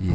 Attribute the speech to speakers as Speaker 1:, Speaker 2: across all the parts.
Speaker 1: 以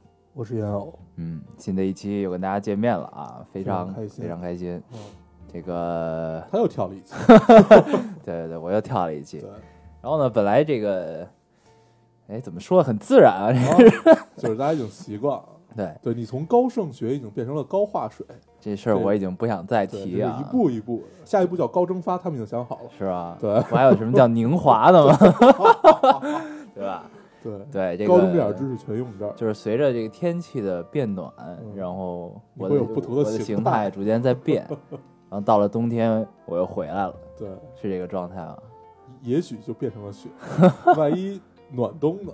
Speaker 2: 我是烟偶，
Speaker 1: 嗯，新的一期又跟大家见面了啊，非常
Speaker 2: 非常开心
Speaker 1: 非常开心。这个，
Speaker 2: 他又跳了一次。
Speaker 1: 对对对，我又跳了一期
Speaker 2: 对。，
Speaker 1: 然后呢，本来这个，哎，怎么说很自然啊？这
Speaker 2: 然后就是大家已经习惯了。
Speaker 1: 对
Speaker 2: 对你从高盛学已经变成了高化水，
Speaker 1: 这事儿
Speaker 2: 对
Speaker 1: 我已经不想再
Speaker 2: 对，
Speaker 1: 提
Speaker 2: 就是一
Speaker 1: 啊，
Speaker 2: 步一步，下一步叫高蒸发，他们已经想好了。
Speaker 1: 是吧？
Speaker 2: 对
Speaker 1: 我还有什么叫宁华的吗？ 对吧？
Speaker 2: 对，
Speaker 1: 对，这个
Speaker 2: 高中这点知识全用这儿。
Speaker 1: 就是随着这个天气的变暖，然后我的
Speaker 2: 嗯你会有不同的
Speaker 1: 我的
Speaker 2: 形
Speaker 1: 形
Speaker 2: 态
Speaker 1: 态逐渐在变， 然后到了冬天我又回来了，
Speaker 2: 对，
Speaker 1: 是这个状态吗？
Speaker 2: 也许就变成 了雪，万一暖冬呢？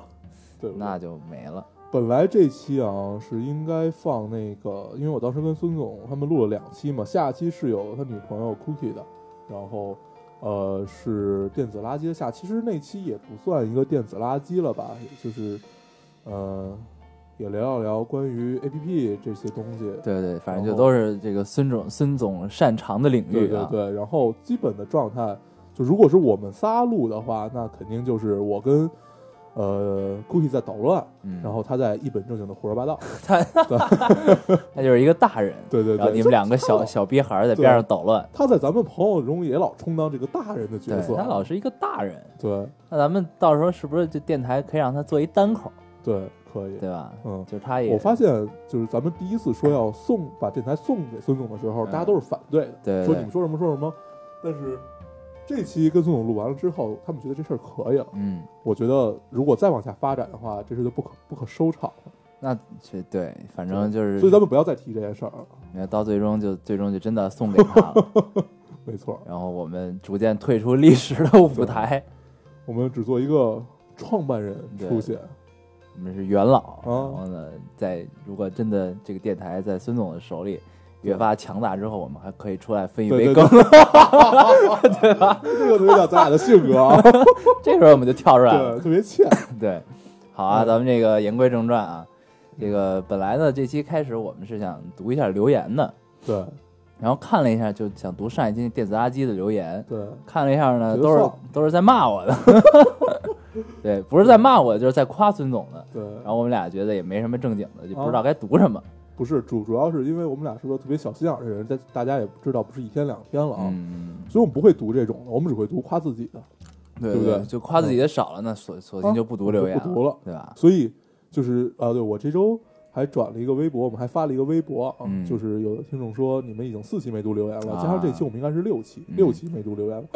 Speaker 2: 对不对？
Speaker 1: 那就没了。
Speaker 2: 本来这期啊是应该放那个，因为我当时跟孙总他们录了两期嘛，下期是有他女朋友 Cookie 的，然后呃是电子垃圾的下，其实那期也不算一个电子垃圾了吧，就是呃也聊一聊关于 APP 这些东西，
Speaker 1: 对对，反正就
Speaker 2: 然后
Speaker 1: 都是这个孙总孙总擅长的领
Speaker 2: 对
Speaker 1: 域
Speaker 2: 对
Speaker 1: 啊。
Speaker 2: 对，然后基本的状态，就如果是我们仨录的话，那肯定就是我跟呃 Cookie 在捣乱，
Speaker 1: 嗯，
Speaker 2: 然后他在一本正经的胡说八道，
Speaker 1: 他就是一个大人，
Speaker 2: 对对对，
Speaker 1: 然后你们两个 小小逼孩儿在边上捣乱，
Speaker 2: 他在咱们朋友中也老充当这个大人的角
Speaker 1: 对，
Speaker 2: 色，
Speaker 1: 他老是一个大人。
Speaker 2: 对
Speaker 1: 那咱们到时候是不是这电台可以让他做一单口，
Speaker 2: 对可以，
Speaker 1: 对吧？
Speaker 2: 嗯，
Speaker 1: 就是他也
Speaker 2: 我发现就是咱们第一次说要送把电台送给孙总的时候，
Speaker 1: 嗯
Speaker 2: 大家都是反对的，
Speaker 1: 对对
Speaker 2: 说你们说什么说什么，但是。这期跟孙总录完了之后，他们觉得这事儿可以了。
Speaker 1: 嗯，
Speaker 2: 我觉得如果再往下发展的话，这事就不可不可收场了。
Speaker 1: 那这对，反正就是，
Speaker 2: 所以咱们不要再提这件事儿了。
Speaker 1: 你看到最终就最终就真的送给他 了，
Speaker 2: 没 错，
Speaker 1: 然后我们逐渐退出历史的舞台，
Speaker 2: 我们只做一个创办人
Speaker 1: 对
Speaker 2: 出现。
Speaker 1: 我们是元老。
Speaker 2: 嗯
Speaker 1: 然后呢，在如果真的这个电台在孙总的手里越发强大之后，我们还可以出来分一杯
Speaker 2: 对对
Speaker 1: 羹。
Speaker 2: 对，对吧？这个特别像咱俩的性格啊，
Speaker 1: 这时候我们就跳出来了。
Speaker 2: 对，特别欠。
Speaker 1: 对，好啊，
Speaker 2: 嗯
Speaker 1: 咱们这个言归正传啊，这个本来呢，这期开始我们是想读一下留言的，
Speaker 2: 对
Speaker 1: 然后看了一下，就想读上一期电子垃圾的留言，
Speaker 2: 对，
Speaker 1: 看了一下呢，
Speaker 2: 觉得
Speaker 1: 都是
Speaker 2: 丧
Speaker 1: 都是在骂我的， 对，不是在骂我，就是在夸孙总的。
Speaker 2: 对，
Speaker 1: 然后我们俩觉得也没什么正经的，就不知
Speaker 2: 嗯
Speaker 1: 道该读什么。
Speaker 2: 不是主主要是因为我们俩是个特别小心眼儿的人，但大家也知道不是一天两天了啊，
Speaker 1: 嗯，
Speaker 2: 所以我们不会读这种的，我们只会读夸自己的。
Speaker 1: 对
Speaker 2: 对不
Speaker 1: 对，
Speaker 2: 对
Speaker 1: 就夸自己的少了，那索索性就不读
Speaker 2: 啊
Speaker 1: 留言
Speaker 2: 就不读了
Speaker 1: 对吧？
Speaker 2: 所以就是啊，对我这周还转了一个微博，我们还发了一个微博啊，
Speaker 1: 嗯
Speaker 2: 就是有的听众说你们已经四期没读留言了，
Speaker 1: 啊
Speaker 2: 加上这期我们应该是六期，
Speaker 1: 嗯
Speaker 2: 六期没读留言了，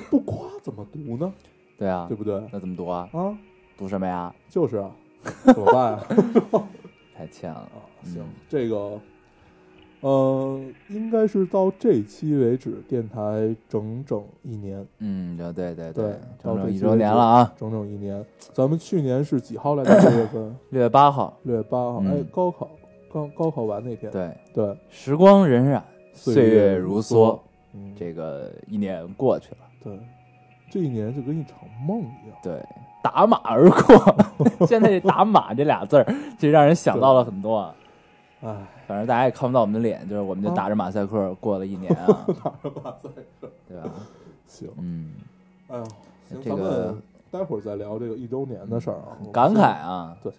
Speaker 2: 不夸怎么读呢？
Speaker 1: 对啊
Speaker 2: 对，不对？
Speaker 1: 那怎么读啊？
Speaker 2: 啊，
Speaker 1: 读什么呀？
Speaker 2: 就 是啊，怎么办啊？
Speaker 1: 太欠了
Speaker 2: 啊，行
Speaker 1: 嗯，
Speaker 2: 这个，呃，应该是到这期为止，电台整整一年，
Speaker 1: 嗯，对对对
Speaker 2: 对
Speaker 1: 整
Speaker 2: 到这
Speaker 1: 整一
Speaker 2: 期
Speaker 1: 周
Speaker 2: 为
Speaker 1: 年
Speaker 2: 止
Speaker 1: 了啊，
Speaker 2: 整整一年。咱们去年是几号来着？六月份，
Speaker 1: 六月八号，
Speaker 2: 六月八号。
Speaker 1: 嗯
Speaker 2: 哎，高考刚高考完那天，
Speaker 1: 对，
Speaker 2: 对，
Speaker 1: 时光荏苒，
Speaker 2: 岁
Speaker 1: 岁月
Speaker 2: 月
Speaker 1: 如
Speaker 2: 如
Speaker 1: 梭
Speaker 2: 梭，嗯，
Speaker 1: 这个一年过去了，
Speaker 2: 对，这一年就跟一场梦一样。
Speaker 1: 对，打马而过。 现在这“打马”这俩字儿，其实让人想到了很多啊。
Speaker 2: 哎，
Speaker 1: 反正大家也看不到我们的脸，就是我们就
Speaker 2: 啊
Speaker 1: 打着马赛克过了一年 啊，对吧？
Speaker 2: 行，
Speaker 1: 嗯，
Speaker 2: 哎呦，行，
Speaker 1: 这个
Speaker 2: 咱们待会儿再聊这个一周年的事儿啊。
Speaker 1: 感慨啊，
Speaker 2: 对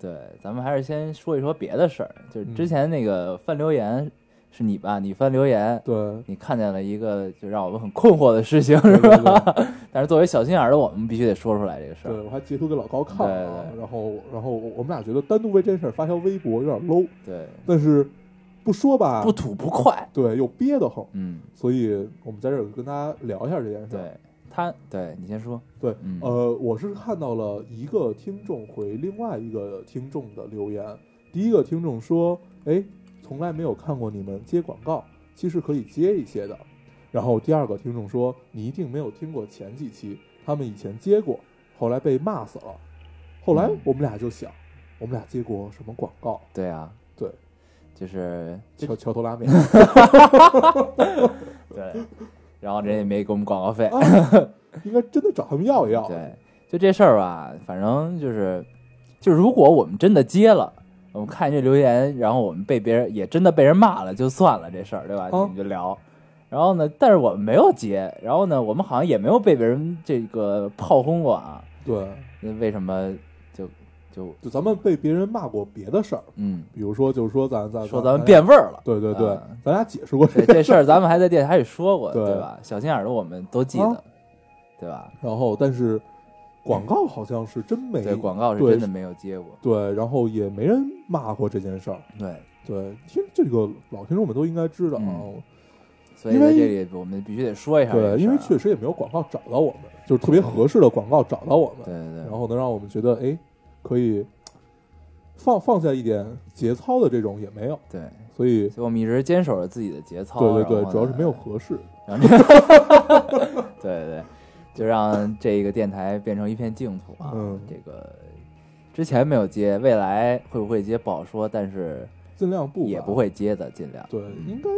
Speaker 1: 对，咱们还是先说一说别的事儿。就是
Speaker 2: 嗯
Speaker 1: 之前那个翻留言是你吧？你翻留言，
Speaker 2: 对，
Speaker 1: 你看见了一个就让我们很困惑的事情，是
Speaker 2: 对对
Speaker 1: 吧？但是作为小心眼儿的我们，必须得说出来这个事
Speaker 2: 对
Speaker 1: 儿。
Speaker 2: 我还截图给老高看了
Speaker 1: 对
Speaker 2: 啊
Speaker 1: 对，
Speaker 2: 然后然后我们俩觉得单独为这件事儿发条微博有点 low，
Speaker 1: 对，
Speaker 2: 但是不说吧，
Speaker 1: 不吐不快。
Speaker 2: 啊对，又憋得慌，
Speaker 1: 嗯，
Speaker 2: 所以我们在这儿跟大家聊一下这件事儿。
Speaker 1: 对他，对你先说。
Speaker 2: 对，
Speaker 1: 嗯
Speaker 2: 呃，我是看到了一个听众回另外一个听众的留言，第一个听众说：“哎，从来没有看过你们接广告，其实可以接一些的。”然后第二个听众说：“你一定没有听过前几期，他们以前接过，后来被骂死了。”后来
Speaker 1: 嗯
Speaker 2: 我们俩就想，我们俩接过什么广告？
Speaker 1: 对啊，
Speaker 2: 对，
Speaker 1: 就是
Speaker 2: 桥桥头拉 面，
Speaker 1: 对，然后人也没给我们广告 费，
Speaker 2: 应该真的找他们要一要。
Speaker 1: 对，就这事儿吧，反正就是，就如果我们真的接了，我们看这留言，然后我们被别人也真的被人骂了，就算了这事儿，对吧？
Speaker 2: 哦
Speaker 1: 我们就聊。然后呢，但是我们没有接，然后呢，我们好像也没有被别人这个炮轰过啊。
Speaker 2: 对，
Speaker 1: 那为什么就就
Speaker 2: 就咱们被别人骂过别的事儿，
Speaker 1: 嗯，
Speaker 2: 比如说就是说咱咱
Speaker 1: 说咱们变味儿了？
Speaker 2: 对对对
Speaker 1: 啊，
Speaker 2: 咱俩解释过这
Speaker 1: 对这事儿，咱们还在电台里说过，
Speaker 2: 对
Speaker 1: 对吧？小心眼儿的我们都记得
Speaker 2: 啊，
Speaker 1: 对吧？
Speaker 2: 然后但是广告好像是真没
Speaker 1: 对，广告是
Speaker 2: 对
Speaker 1: 真的没有接过，
Speaker 2: 对，然后也没人骂过这件事儿。
Speaker 1: 对。
Speaker 2: 对，听这个老听众们都应该知道啊。
Speaker 1: 嗯所以
Speaker 2: 因
Speaker 1: 在
Speaker 2: 为
Speaker 1: 这里，我们必须得说一下这个事儿啊。
Speaker 2: 对，因为确实也没有广告找到我们，就是特别合适的广告找到我们，
Speaker 1: 对对对，
Speaker 2: 然后能让我们觉得哎，可以放放下一点节操的这种也没有，
Speaker 1: 对，
Speaker 2: 所以
Speaker 1: 所以我们一直坚守着自己的节操。
Speaker 2: 对对
Speaker 1: 然
Speaker 2: 对，
Speaker 1: 后呢
Speaker 2: 主要是没有，合适。
Speaker 1: 然后这 对对对，就让这个电台变成一片净土啊。
Speaker 2: 嗯
Speaker 1: 这个之前没有接，未来会不会接不好说，但是
Speaker 2: 尽量不
Speaker 1: 也
Speaker 2: 吧
Speaker 1: 不会接的，尽量。
Speaker 2: 对，
Speaker 1: 嗯
Speaker 2: 应该，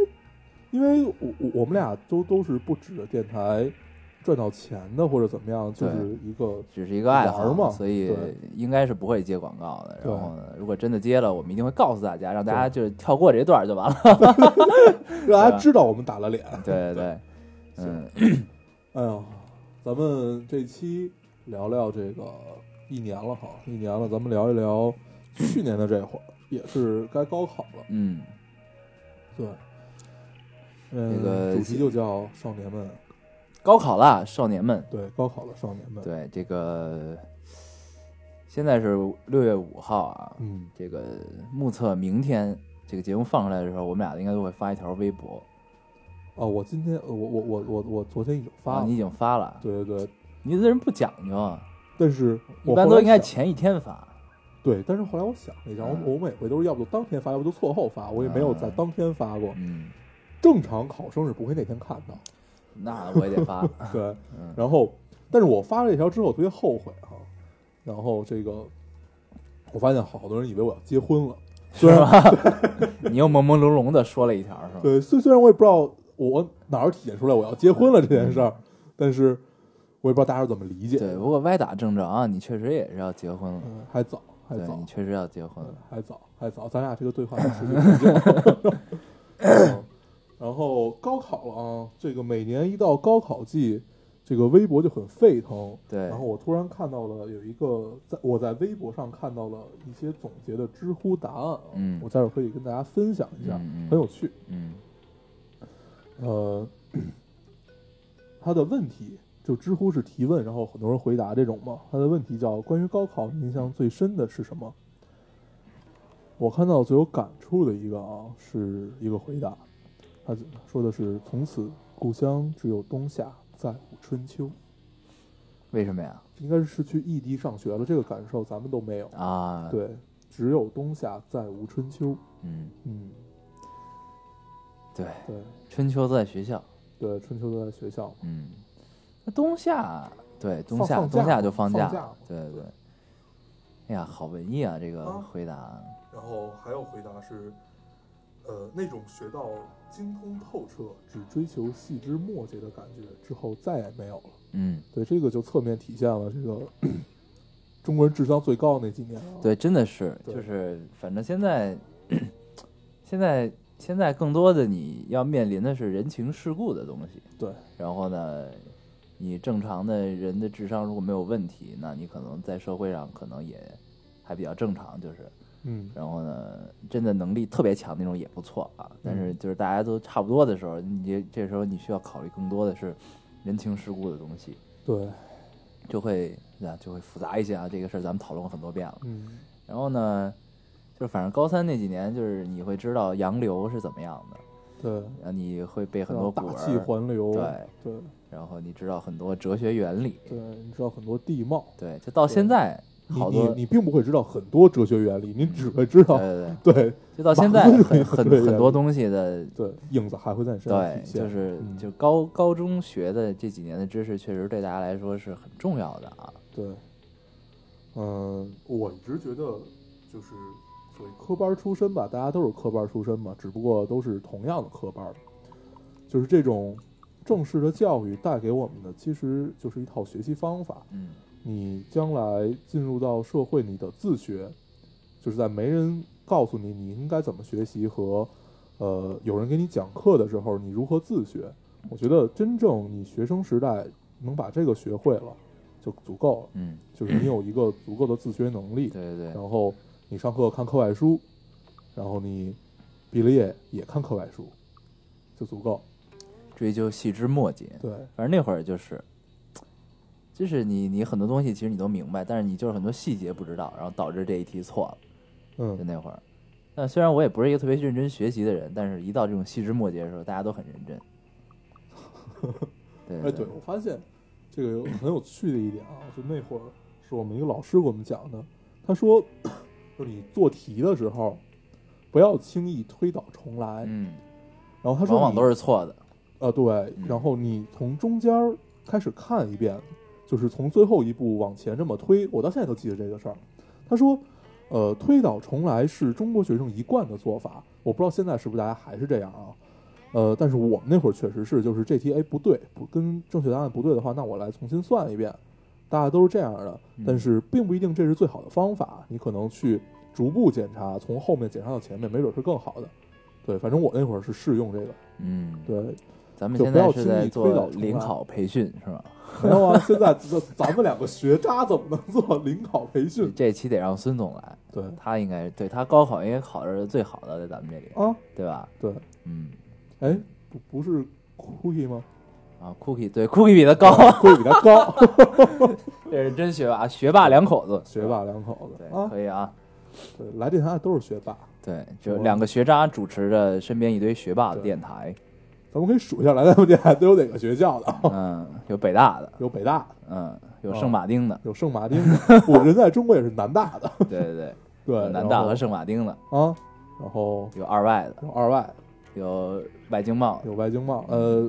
Speaker 2: 因为我我我们俩都都是不指着电台赚到钱的，或者怎么样，就
Speaker 1: 对
Speaker 2: 是一个
Speaker 1: 只是一个爱
Speaker 2: 玩
Speaker 1: 好
Speaker 2: 儿嘛
Speaker 1: 所以
Speaker 2: 对
Speaker 1: 应该是不会接广告的。
Speaker 2: 对
Speaker 1: 然后呢，如果真的接了，我们一定会告诉大家，让大家就是跳过这段就完了。
Speaker 2: 让
Speaker 1: 啊
Speaker 2: 大家知道我们打了脸。
Speaker 1: 对对对，嗯，
Speaker 2: 哎呀，咱们这期聊聊这个一年了哈，一年了，咱们聊一聊去年的这会儿，也是该高考了，
Speaker 1: 嗯，
Speaker 2: 对。嗯，
Speaker 1: 这个
Speaker 2: 主题就叫“少年们
Speaker 1: 高考啦，少年们”，。
Speaker 2: 对，高考的少年们，，
Speaker 1: 对，这个现在是六月五号啊，
Speaker 2: 嗯，
Speaker 1: 这个目测明天这个节目放出来的时候，我们俩应该都会发一条微博。
Speaker 2: 哦，我今天，我我我我我昨天已经发
Speaker 1: 啊
Speaker 2: 了
Speaker 1: 你，已经发了，
Speaker 2: 对对对，
Speaker 1: 你这人不讲究啊，
Speaker 2: 但是
Speaker 1: 一
Speaker 2: 我
Speaker 1: 般
Speaker 2: 后
Speaker 1: 都
Speaker 2: 来
Speaker 1: 应该
Speaker 2: 想
Speaker 1: 前一天发。
Speaker 2: 对，但是后来我想了一下，我
Speaker 1: 嗯
Speaker 2: 我每回都是要不就当天发，要不就错后发，我也没有在
Speaker 1: 嗯
Speaker 2: 当天发过。
Speaker 1: 嗯，
Speaker 2: 正常考生是不会那天看到，
Speaker 1: 那我也得发。
Speaker 2: 对。
Speaker 1: 嗯
Speaker 2: 然后，但是我发了一条之后，我特别后悔哈、然后这个，我发现好多人以为我要结婚了，虽
Speaker 1: 是
Speaker 2: 然
Speaker 1: 吧？ 你又朦朦胧胧的说了一条，是吧？
Speaker 2: 对，虽虽然我也不知道我哪儿体现出来我要结婚了这件事儿，但是我也不知道大家是怎么理解。
Speaker 1: 嗯对，不过歪打正着啊，你确实也是要结婚了，
Speaker 2: 嗯，还早，还
Speaker 1: 对
Speaker 2: 早嗯
Speaker 1: 你，确实要结婚了。
Speaker 2: 还早，还早，咱俩这个对话持续很久。 嗯然后高考了啊，这个每年一到高考季，这个微博就很沸腾。
Speaker 1: 对
Speaker 2: 然后我突然看到了有一个在我在微博上看到了一些总结的知乎答案啊，
Speaker 1: 嗯
Speaker 2: 我待会儿可以跟大家分享一下，
Speaker 1: 嗯嗯
Speaker 2: 很有趣。
Speaker 1: 嗯
Speaker 2: 呃，他的问题就知乎是提问，然后很多人回答这种嘛。他的问题叫关于高考，你印象最深的是什么？我看到最有感触的一个啊，是一个回答，他说的是从此故乡只有冬夏，再无春秋。
Speaker 1: 为什么呀？
Speaker 2: 应该是去异地上学了，这个感受咱们都没有。
Speaker 1: 啊，，
Speaker 2: 对，只有冬夏，再无春秋。
Speaker 1: 嗯，
Speaker 2: 嗯，
Speaker 1: 对，
Speaker 2: 对
Speaker 1: 春秋都在学校。
Speaker 2: 对，春秋都在学校嘛。
Speaker 1: 嗯，那冬夏对冬
Speaker 2: 放
Speaker 1: 夏
Speaker 2: 放
Speaker 1: 冬
Speaker 2: 假
Speaker 1: 夏
Speaker 2: 嘛
Speaker 1: 就放
Speaker 2: 放
Speaker 1: 假
Speaker 2: 假
Speaker 1: 了
Speaker 2: 嘛
Speaker 1: 对对对。哎呀，好文艺啊！这个
Speaker 2: 啊
Speaker 1: 回答，
Speaker 2: 然后还有回答是，呃，那种学到精通透彻，只追求细枝末节的感觉，之后再也没有了。
Speaker 1: 嗯，
Speaker 2: 对，这个就侧面体现了这个 中国人智商最高的那几年啊。
Speaker 1: 对，真的是，
Speaker 2: 对
Speaker 1: 就是反正现在， 现在现在更多的你要面临的是人情世故的东西，
Speaker 2: 对
Speaker 1: 然后呢，你正常的人的智商如果没有问题，那你可能在社会上可能也还比较正常，就是，
Speaker 2: 嗯，
Speaker 1: 然后呢，真的能力特别强那种也不错啊。但是就是大家都差不多的时候，你这这时候你需要考虑更多的是人情世故的东西，
Speaker 2: 对，
Speaker 1: 就会啊就会复杂一些啊。这个事儿咱们讨论过很多遍了。
Speaker 2: 嗯，
Speaker 1: 然后呢，就是反正高三那几年，就是你会知道洋流是怎么样的，
Speaker 2: 对，
Speaker 1: 然后你会背很多
Speaker 2: 像
Speaker 1: 古
Speaker 2: 大气
Speaker 1: 文，
Speaker 2: 环流，
Speaker 1: 对
Speaker 2: 对
Speaker 1: 然后你知道很多哲学原理，
Speaker 2: 对，你知道很多地貌，
Speaker 1: 对，就到现在
Speaker 2: 你
Speaker 1: 好
Speaker 2: 你
Speaker 1: 多，
Speaker 2: 你并不会知道很多哲学原理，你只会知
Speaker 1: 对
Speaker 2: 道
Speaker 1: 对对，
Speaker 2: 对
Speaker 1: 就到现在
Speaker 2: 马克思主
Speaker 1: 很
Speaker 2: 义
Speaker 1: 很
Speaker 2: 对
Speaker 1: 很
Speaker 2: 呀
Speaker 1: 多东西的
Speaker 2: 对影子还会在你身上
Speaker 1: 对
Speaker 2: 体，现，
Speaker 1: 就是
Speaker 2: 嗯
Speaker 1: 就高高中学的这几年的知识，确实对大家来说是很重要的啊。
Speaker 2: 对，嗯，我一直觉得就是所谓科班出身吧，大家都是科班出身嘛，只不过都是同样的科班儿，就是这种正式的教育带给我们的，其实就是一套学习方法。
Speaker 1: 嗯
Speaker 2: 你将来进入到社会，你的自学，就是在没人告诉你你应该怎么学习和，呃，有人给你讲课的时候，你如何自学。我觉得真正你学生时代能把这个学会了，就足够了，
Speaker 1: 嗯，
Speaker 2: 就是你有一个足够的自学能力。
Speaker 1: 对对对，
Speaker 2: 然后你上课看课外书，然后你毕了业也看课外书，就足够。
Speaker 1: 追究细枝末节。
Speaker 2: 对，
Speaker 1: 反正那会儿就是，就是你你很多东西其实你都明白，但是你就是很多细节不知道，然后导致这一题错了。就
Speaker 2: 嗯，
Speaker 1: 那会儿，但虽然我也不是一个特别认真学习的人，但是一到这种细枝末节的时候，大家都很认 真。对
Speaker 2: 哎，对，我发现这个有很有趣的一点啊，就那会儿是我们一个老师给我们讲的，他说，就是你做题的时候不要轻易推倒重来，
Speaker 1: 嗯，
Speaker 2: 然后他说
Speaker 1: 往往
Speaker 2: 你
Speaker 1: 都是错的。
Speaker 2: 呃，对，然后你从中间儿开始看一遍，就是从最后一步往前这么推。我到现在都记得这个事儿。他说，呃，推倒重来是中国学生一贯的做法，我不知道现在是不是大家还是这样啊？呃，但是我们那会儿确实是，就是这题哎不对，不跟正确答案不对的话，那我来重新算一遍。大家都是这样的，
Speaker 1: 嗯
Speaker 2: 但是并不一定这是最好的方法。你可能去逐步检查，从后面检查到前面，没准是更好的。对，反正我那会儿是试用这个。
Speaker 1: 嗯，
Speaker 2: 对，
Speaker 1: 咱们
Speaker 2: 就
Speaker 1: 现
Speaker 2: 不
Speaker 1: 在
Speaker 2: 要
Speaker 1: 是
Speaker 2: 轻易
Speaker 1: 在
Speaker 2: 推
Speaker 1: 做
Speaker 2: 倒重
Speaker 1: 领
Speaker 2: 来
Speaker 1: 考培训是吧？
Speaker 2: 没有啊，现在咱咱们两个学渣怎么能做领考培训？
Speaker 1: 这期得让孙总来，
Speaker 2: 对
Speaker 1: 他应该对他高考应该考的是最好的，在咱们这里，
Speaker 2: 啊，
Speaker 1: 对吧？
Speaker 2: 对，
Speaker 1: 嗯，
Speaker 2: 哎，不不是 Cookie 吗？
Speaker 1: 啊，Cookie 对 Cookie 比他高，
Speaker 2: ，Cookie 比他高，
Speaker 1: 这是真学霸，学霸两口子，
Speaker 2: 学霸两 口子
Speaker 1: 对，
Speaker 2: 啊，
Speaker 1: 可以啊，
Speaker 2: 对，来电台的都是学霸。
Speaker 1: 对，就
Speaker 2: 我
Speaker 1: 两个学渣主持着身边一堆学霸的
Speaker 2: 对
Speaker 1: 电台，
Speaker 2: 咱们可以数一下来咱们电台都有哪个学校的 啊？
Speaker 1: 嗯，有北大的，
Speaker 2: 有北大的，
Speaker 1: 嗯，有
Speaker 2: 哦
Speaker 1: 圣马丁的，
Speaker 2: 有圣马丁的， 不，人在中国也是南大的，
Speaker 1: 对对对，
Speaker 2: 哦对
Speaker 1: 有，南大和
Speaker 2: 然
Speaker 1: 圣马丁的，
Speaker 2: 后啊，然后
Speaker 1: 有二外的，
Speaker 2: 有二外，
Speaker 1: 有外经贸的，
Speaker 2: 有外经贸，呃，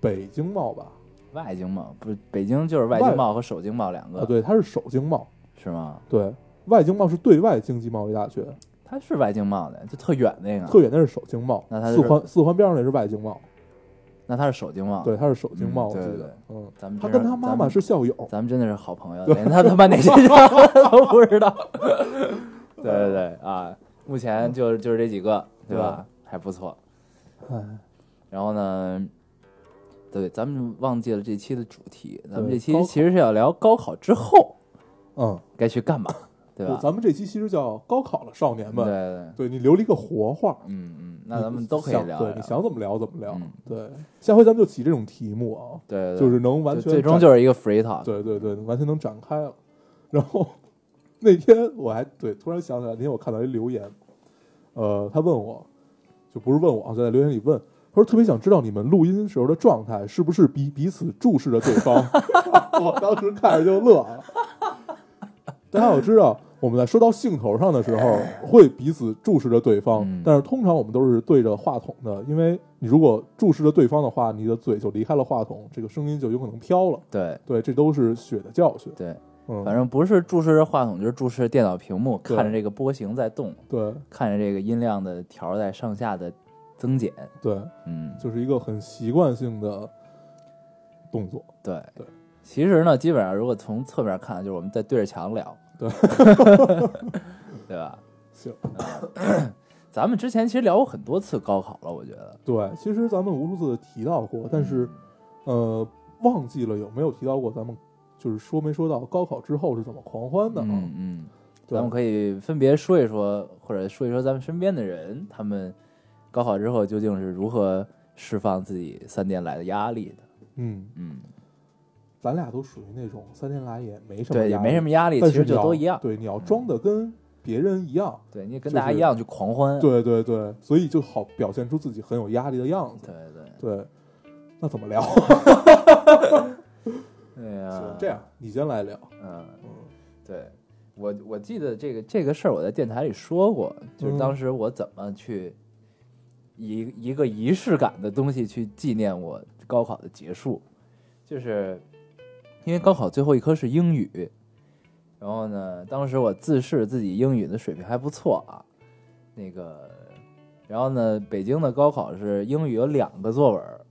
Speaker 2: 北经贸吧？
Speaker 1: 外经贸不是北京就是外
Speaker 2: 外
Speaker 1: 经贸和首经贸两个，
Speaker 2: 啊，对，它是首经贸，
Speaker 1: 是吗？
Speaker 2: 对，外经贸是对外经济贸易大学，
Speaker 1: 它是外经贸的，就特远那个，
Speaker 2: 特远那是首经贸，
Speaker 1: 啊那它
Speaker 2: 四
Speaker 1: 是
Speaker 2: 环四环边上那是外经贸，
Speaker 1: 那它是首经贸，
Speaker 2: 对，，它是首经贸，
Speaker 1: 嗯
Speaker 2: 我记
Speaker 1: 对
Speaker 2: 得，嗯，
Speaker 1: 咱们
Speaker 2: 他
Speaker 1: 真
Speaker 2: 跟
Speaker 1: 是
Speaker 2: 他妈
Speaker 1: 咱
Speaker 2: 妈
Speaker 1: 们
Speaker 2: 是校友，
Speaker 1: 咱们真的是好朋友，连他他妈哪些人都不知道。 对对对啊，目前就就是这几个，对吧？还不错。
Speaker 2: 哎，
Speaker 1: 然后呢，对，咱们忘记了这期的主题，咱们
Speaker 2: 对
Speaker 1: 这
Speaker 2: 高
Speaker 1: 期
Speaker 2: 考
Speaker 1: 其实是要聊高考之后
Speaker 2: 嗯，
Speaker 1: 该去干嘛，对吧？
Speaker 2: 咱们这期其实叫高考了，少年
Speaker 1: 对
Speaker 2: 们，
Speaker 1: 对，
Speaker 2: 对你留了一个活话，
Speaker 1: 嗯嗯，那
Speaker 2: 那
Speaker 1: 咱们都可以聊
Speaker 2: 对，
Speaker 1: 聊。
Speaker 2: 你想怎么聊怎么聊
Speaker 1: 嗯，
Speaker 2: 对，下回咱们就起这种题目啊，
Speaker 1: 对对，对
Speaker 2: 就是能完
Speaker 1: 就
Speaker 2: 全
Speaker 1: 最终
Speaker 2: 展
Speaker 1: 就是一个 free talk。
Speaker 2: 对对对，完全能展开了。然后 那天我还对突然想起来，那天我看到一留言，呃，他问我，就不是问我啊，就在留言里问，他说特别想知道你们录音时候的状态是不是彼彼此注视着对方。 我当时看着就乐了。大家要知道，我们在说到兴头上的时候，会彼此注视着对方，
Speaker 1: 嗯
Speaker 2: 但是通常我们都是对着话筒的，因为你如果注视着对方的话，你的嘴就离开了话筒，这个声音就有可能飘了。
Speaker 1: 对
Speaker 2: 对，这都是血的教训。
Speaker 1: 对，
Speaker 2: 嗯，
Speaker 1: 反正不是注视着话筒，就是注视着电脑屏幕，
Speaker 2: 对
Speaker 1: 看着这个波形在动。
Speaker 2: 对
Speaker 1: 看着这个音量的条儿在上下的增减，
Speaker 2: 对，
Speaker 1: 嗯，
Speaker 2: 就是一个很习惯性的动作。
Speaker 1: 对
Speaker 2: 对。
Speaker 1: 其实呢，基本上如果从侧面看，就是我们在对着墙聊，
Speaker 2: 对，
Speaker 1: 对吧？
Speaker 2: 行，
Speaker 1: 咱们之前其实聊过很多次高考了，我觉得，
Speaker 2: 对，其实咱们无数次提到过，但是
Speaker 1: 嗯
Speaker 2: 呃，忘记了有没有提到过咱们就是说没说到高考之后是怎么狂欢的啊？
Speaker 1: 嗯嗯，
Speaker 2: 对
Speaker 1: 咱们可以分别说一说，或者说一说咱们身边的人，他们高考之后究竟是如何释放自己三年来的压力的，
Speaker 2: 嗯，
Speaker 1: 嗯，
Speaker 2: 咱俩都属于那种三天来也没什么
Speaker 1: 对，也
Speaker 2: 压
Speaker 1: 没什
Speaker 2: 力
Speaker 1: 么压力，
Speaker 2: 但
Speaker 1: 其
Speaker 2: 是
Speaker 1: 实
Speaker 2: 你
Speaker 1: 就
Speaker 2: 要
Speaker 1: 都一样，嗯
Speaker 2: 对，你要装的跟别人一样。
Speaker 1: 对，你也跟
Speaker 2: 就
Speaker 1: 大家
Speaker 2: 是
Speaker 1: 一样去狂欢，
Speaker 2: 对对对，所以就好表现出自己很有压力的样子。
Speaker 1: 对对，
Speaker 2: 对，那怎么聊？啊
Speaker 1: 哎呀
Speaker 2: 行，这样你先来聊。
Speaker 1: 嗯
Speaker 2: 嗯，
Speaker 1: 对我我记得这个这个事儿，我在电台里说过，就是
Speaker 2: 嗯
Speaker 1: 当时我怎么去以一个仪式感的东西去纪念我高考的结束，就是因为高考最后一科是英语，然后呢，当时我自视自己英语的水平还不错啊，那个，然后呢，北京的高考是英语有两个作文儿，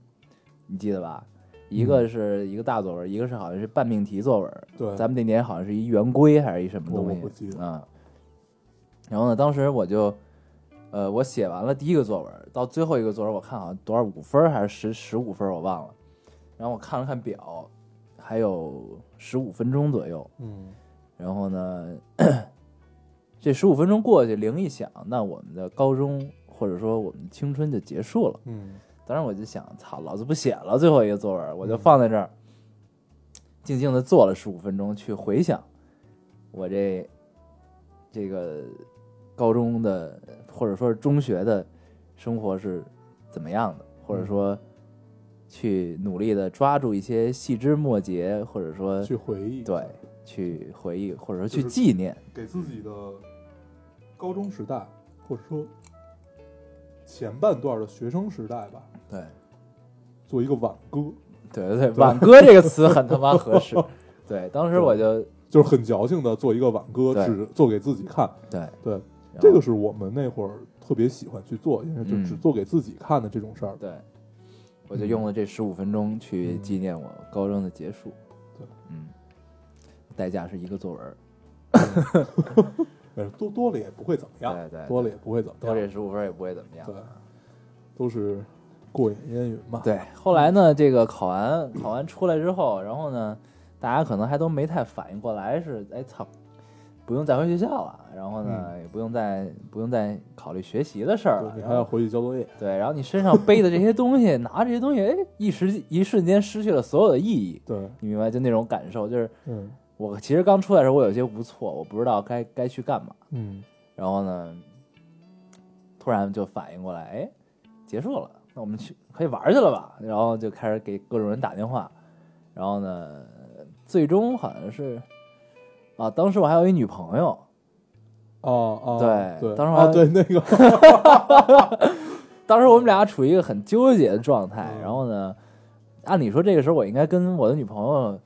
Speaker 1: 你记得吧？一个是一个大作文儿，一个是好像是半命题作文儿。
Speaker 2: 对，
Speaker 1: 咱们那年好像是一圆规还是一什么
Speaker 2: 我
Speaker 1: 东
Speaker 2: 我
Speaker 1: 西
Speaker 2: 不记得
Speaker 1: 啊。然后呢，当时我就，呃，我写完了第一个作文，到最后一个作文，我看好像多少五分儿还是十十五分儿，我忘了。然后我看了看表，还有十五分钟左右。
Speaker 2: 嗯
Speaker 1: 然后呢， 这十五分钟过去，铃一响，那我们的高中或者说我们的青春就结束了。
Speaker 2: 嗯
Speaker 1: 当时我就想，操，老子不写了，最后一个作文，我就放在这儿，静静的坐了十五分钟，去回想我这这个高中的或者说是中学的生活是怎么样的，或者说去努力的抓住一些细枝末节，或者说
Speaker 2: 去回忆，
Speaker 1: 对，去回忆或者说
Speaker 2: 就
Speaker 1: 去
Speaker 2: 是
Speaker 1: 纪念，
Speaker 2: 给自己的高中时代，或者说前半段的学生时代吧，
Speaker 1: 对。
Speaker 2: 做一个挽歌，
Speaker 1: 对对对，挽歌这个词很他妈合 适。对，当时我就
Speaker 2: 就是很矫情的做一个挽歌，
Speaker 1: 对
Speaker 2: 只做给自己看。
Speaker 1: 对，
Speaker 2: 对，
Speaker 1: 然
Speaker 2: 这
Speaker 1: 后
Speaker 2: 个是我们那会儿特别喜欢去做，因为就
Speaker 1: 嗯
Speaker 2: 只做给自己看的这种事儿。
Speaker 1: 对，我就用了这十五分钟去纪念我高中的结束。
Speaker 2: 嗯对，
Speaker 1: 嗯，代价是一个作文儿，
Speaker 2: 呃，多多了也不会怎么样，
Speaker 1: 对对对
Speaker 2: 多了也不会怎么
Speaker 1: 多
Speaker 2: 样，
Speaker 1: 这十五分儿也不会怎么样。
Speaker 2: 对，都是过眼烟云嘛。，
Speaker 1: 对，后来呢，这个考完考完出来之后，然后呢，大家可能还都没太反应过来是，哎操，不用再回学校了，然后呢，也不用再不用再考虑学习的事儿了，
Speaker 2: 你
Speaker 1: 然
Speaker 2: 嗯还
Speaker 1: 后
Speaker 2: 要回去交作业。
Speaker 1: 对，然后你身上背的这些东西，拿着这些东西，哎，一时一瞬间失去了所有的意义，
Speaker 2: 对，
Speaker 1: 你明白？就那种感受，就是
Speaker 2: 嗯
Speaker 1: 我其实刚出来的时候，我有些无措，我不知道该该去干嘛。
Speaker 2: 嗯
Speaker 1: 然后呢，突然就反应过来，哎，结束了，那我们去可以玩去了吧？然后就开始给各种人打电话，然后呢，最终好像是啊，当时我还有一女朋友，
Speaker 2: 哦哦，
Speaker 1: 对
Speaker 2: 对，
Speaker 1: 当时我
Speaker 2: 啊
Speaker 1: 还
Speaker 2: 对那个
Speaker 1: 当时我们俩处于一个很纠结的状态，
Speaker 2: 嗯
Speaker 1: 然后呢，按理说这个时候我应该跟我的女朋友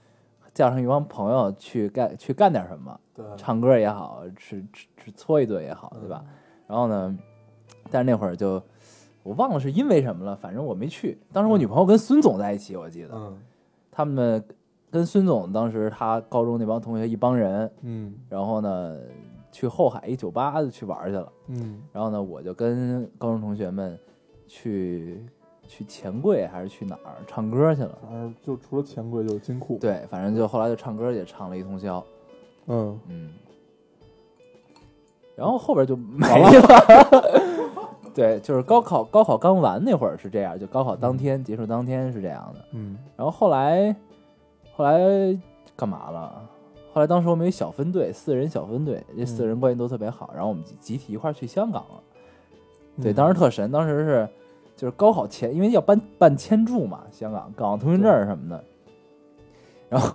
Speaker 1: 叫上一帮朋友去干去干点什么，
Speaker 2: 对
Speaker 1: 唱歌也好，吃吃吃搓一顿也好，对吧？然后呢，但是那会儿就我忘了是因为什么了，反正我没去。当时我女朋友跟孙总在一起，我记得、
Speaker 2: 嗯
Speaker 1: 他们跟孙总当时他高中那帮同学一帮人，
Speaker 2: 嗯
Speaker 1: 然后呢去后海一酒吧就去玩去了。
Speaker 2: 嗯
Speaker 1: 然后呢，我就跟高中同学们去去钱柜还是去哪儿唱歌去了。
Speaker 2: 反正就除了钱柜就是金库。，
Speaker 1: 对，反正就后来就唱歌也唱了一通宵，
Speaker 2: 嗯，
Speaker 1: 嗯。然后后边就没了。 对，就是高考高考刚完那会儿是这样，就高考当天、结束当天是这样的。
Speaker 2: 嗯，
Speaker 1: 然后后来后来干嘛了？后来当时我们有一小分队，四人小分队，这四个人关系都特别好，然后我们集集体一块儿去香港了。对，
Speaker 2: 嗯
Speaker 1: 当时特神，当时是就是高考前，因为要办办签注嘛，香港港澳通行证什么的，然后。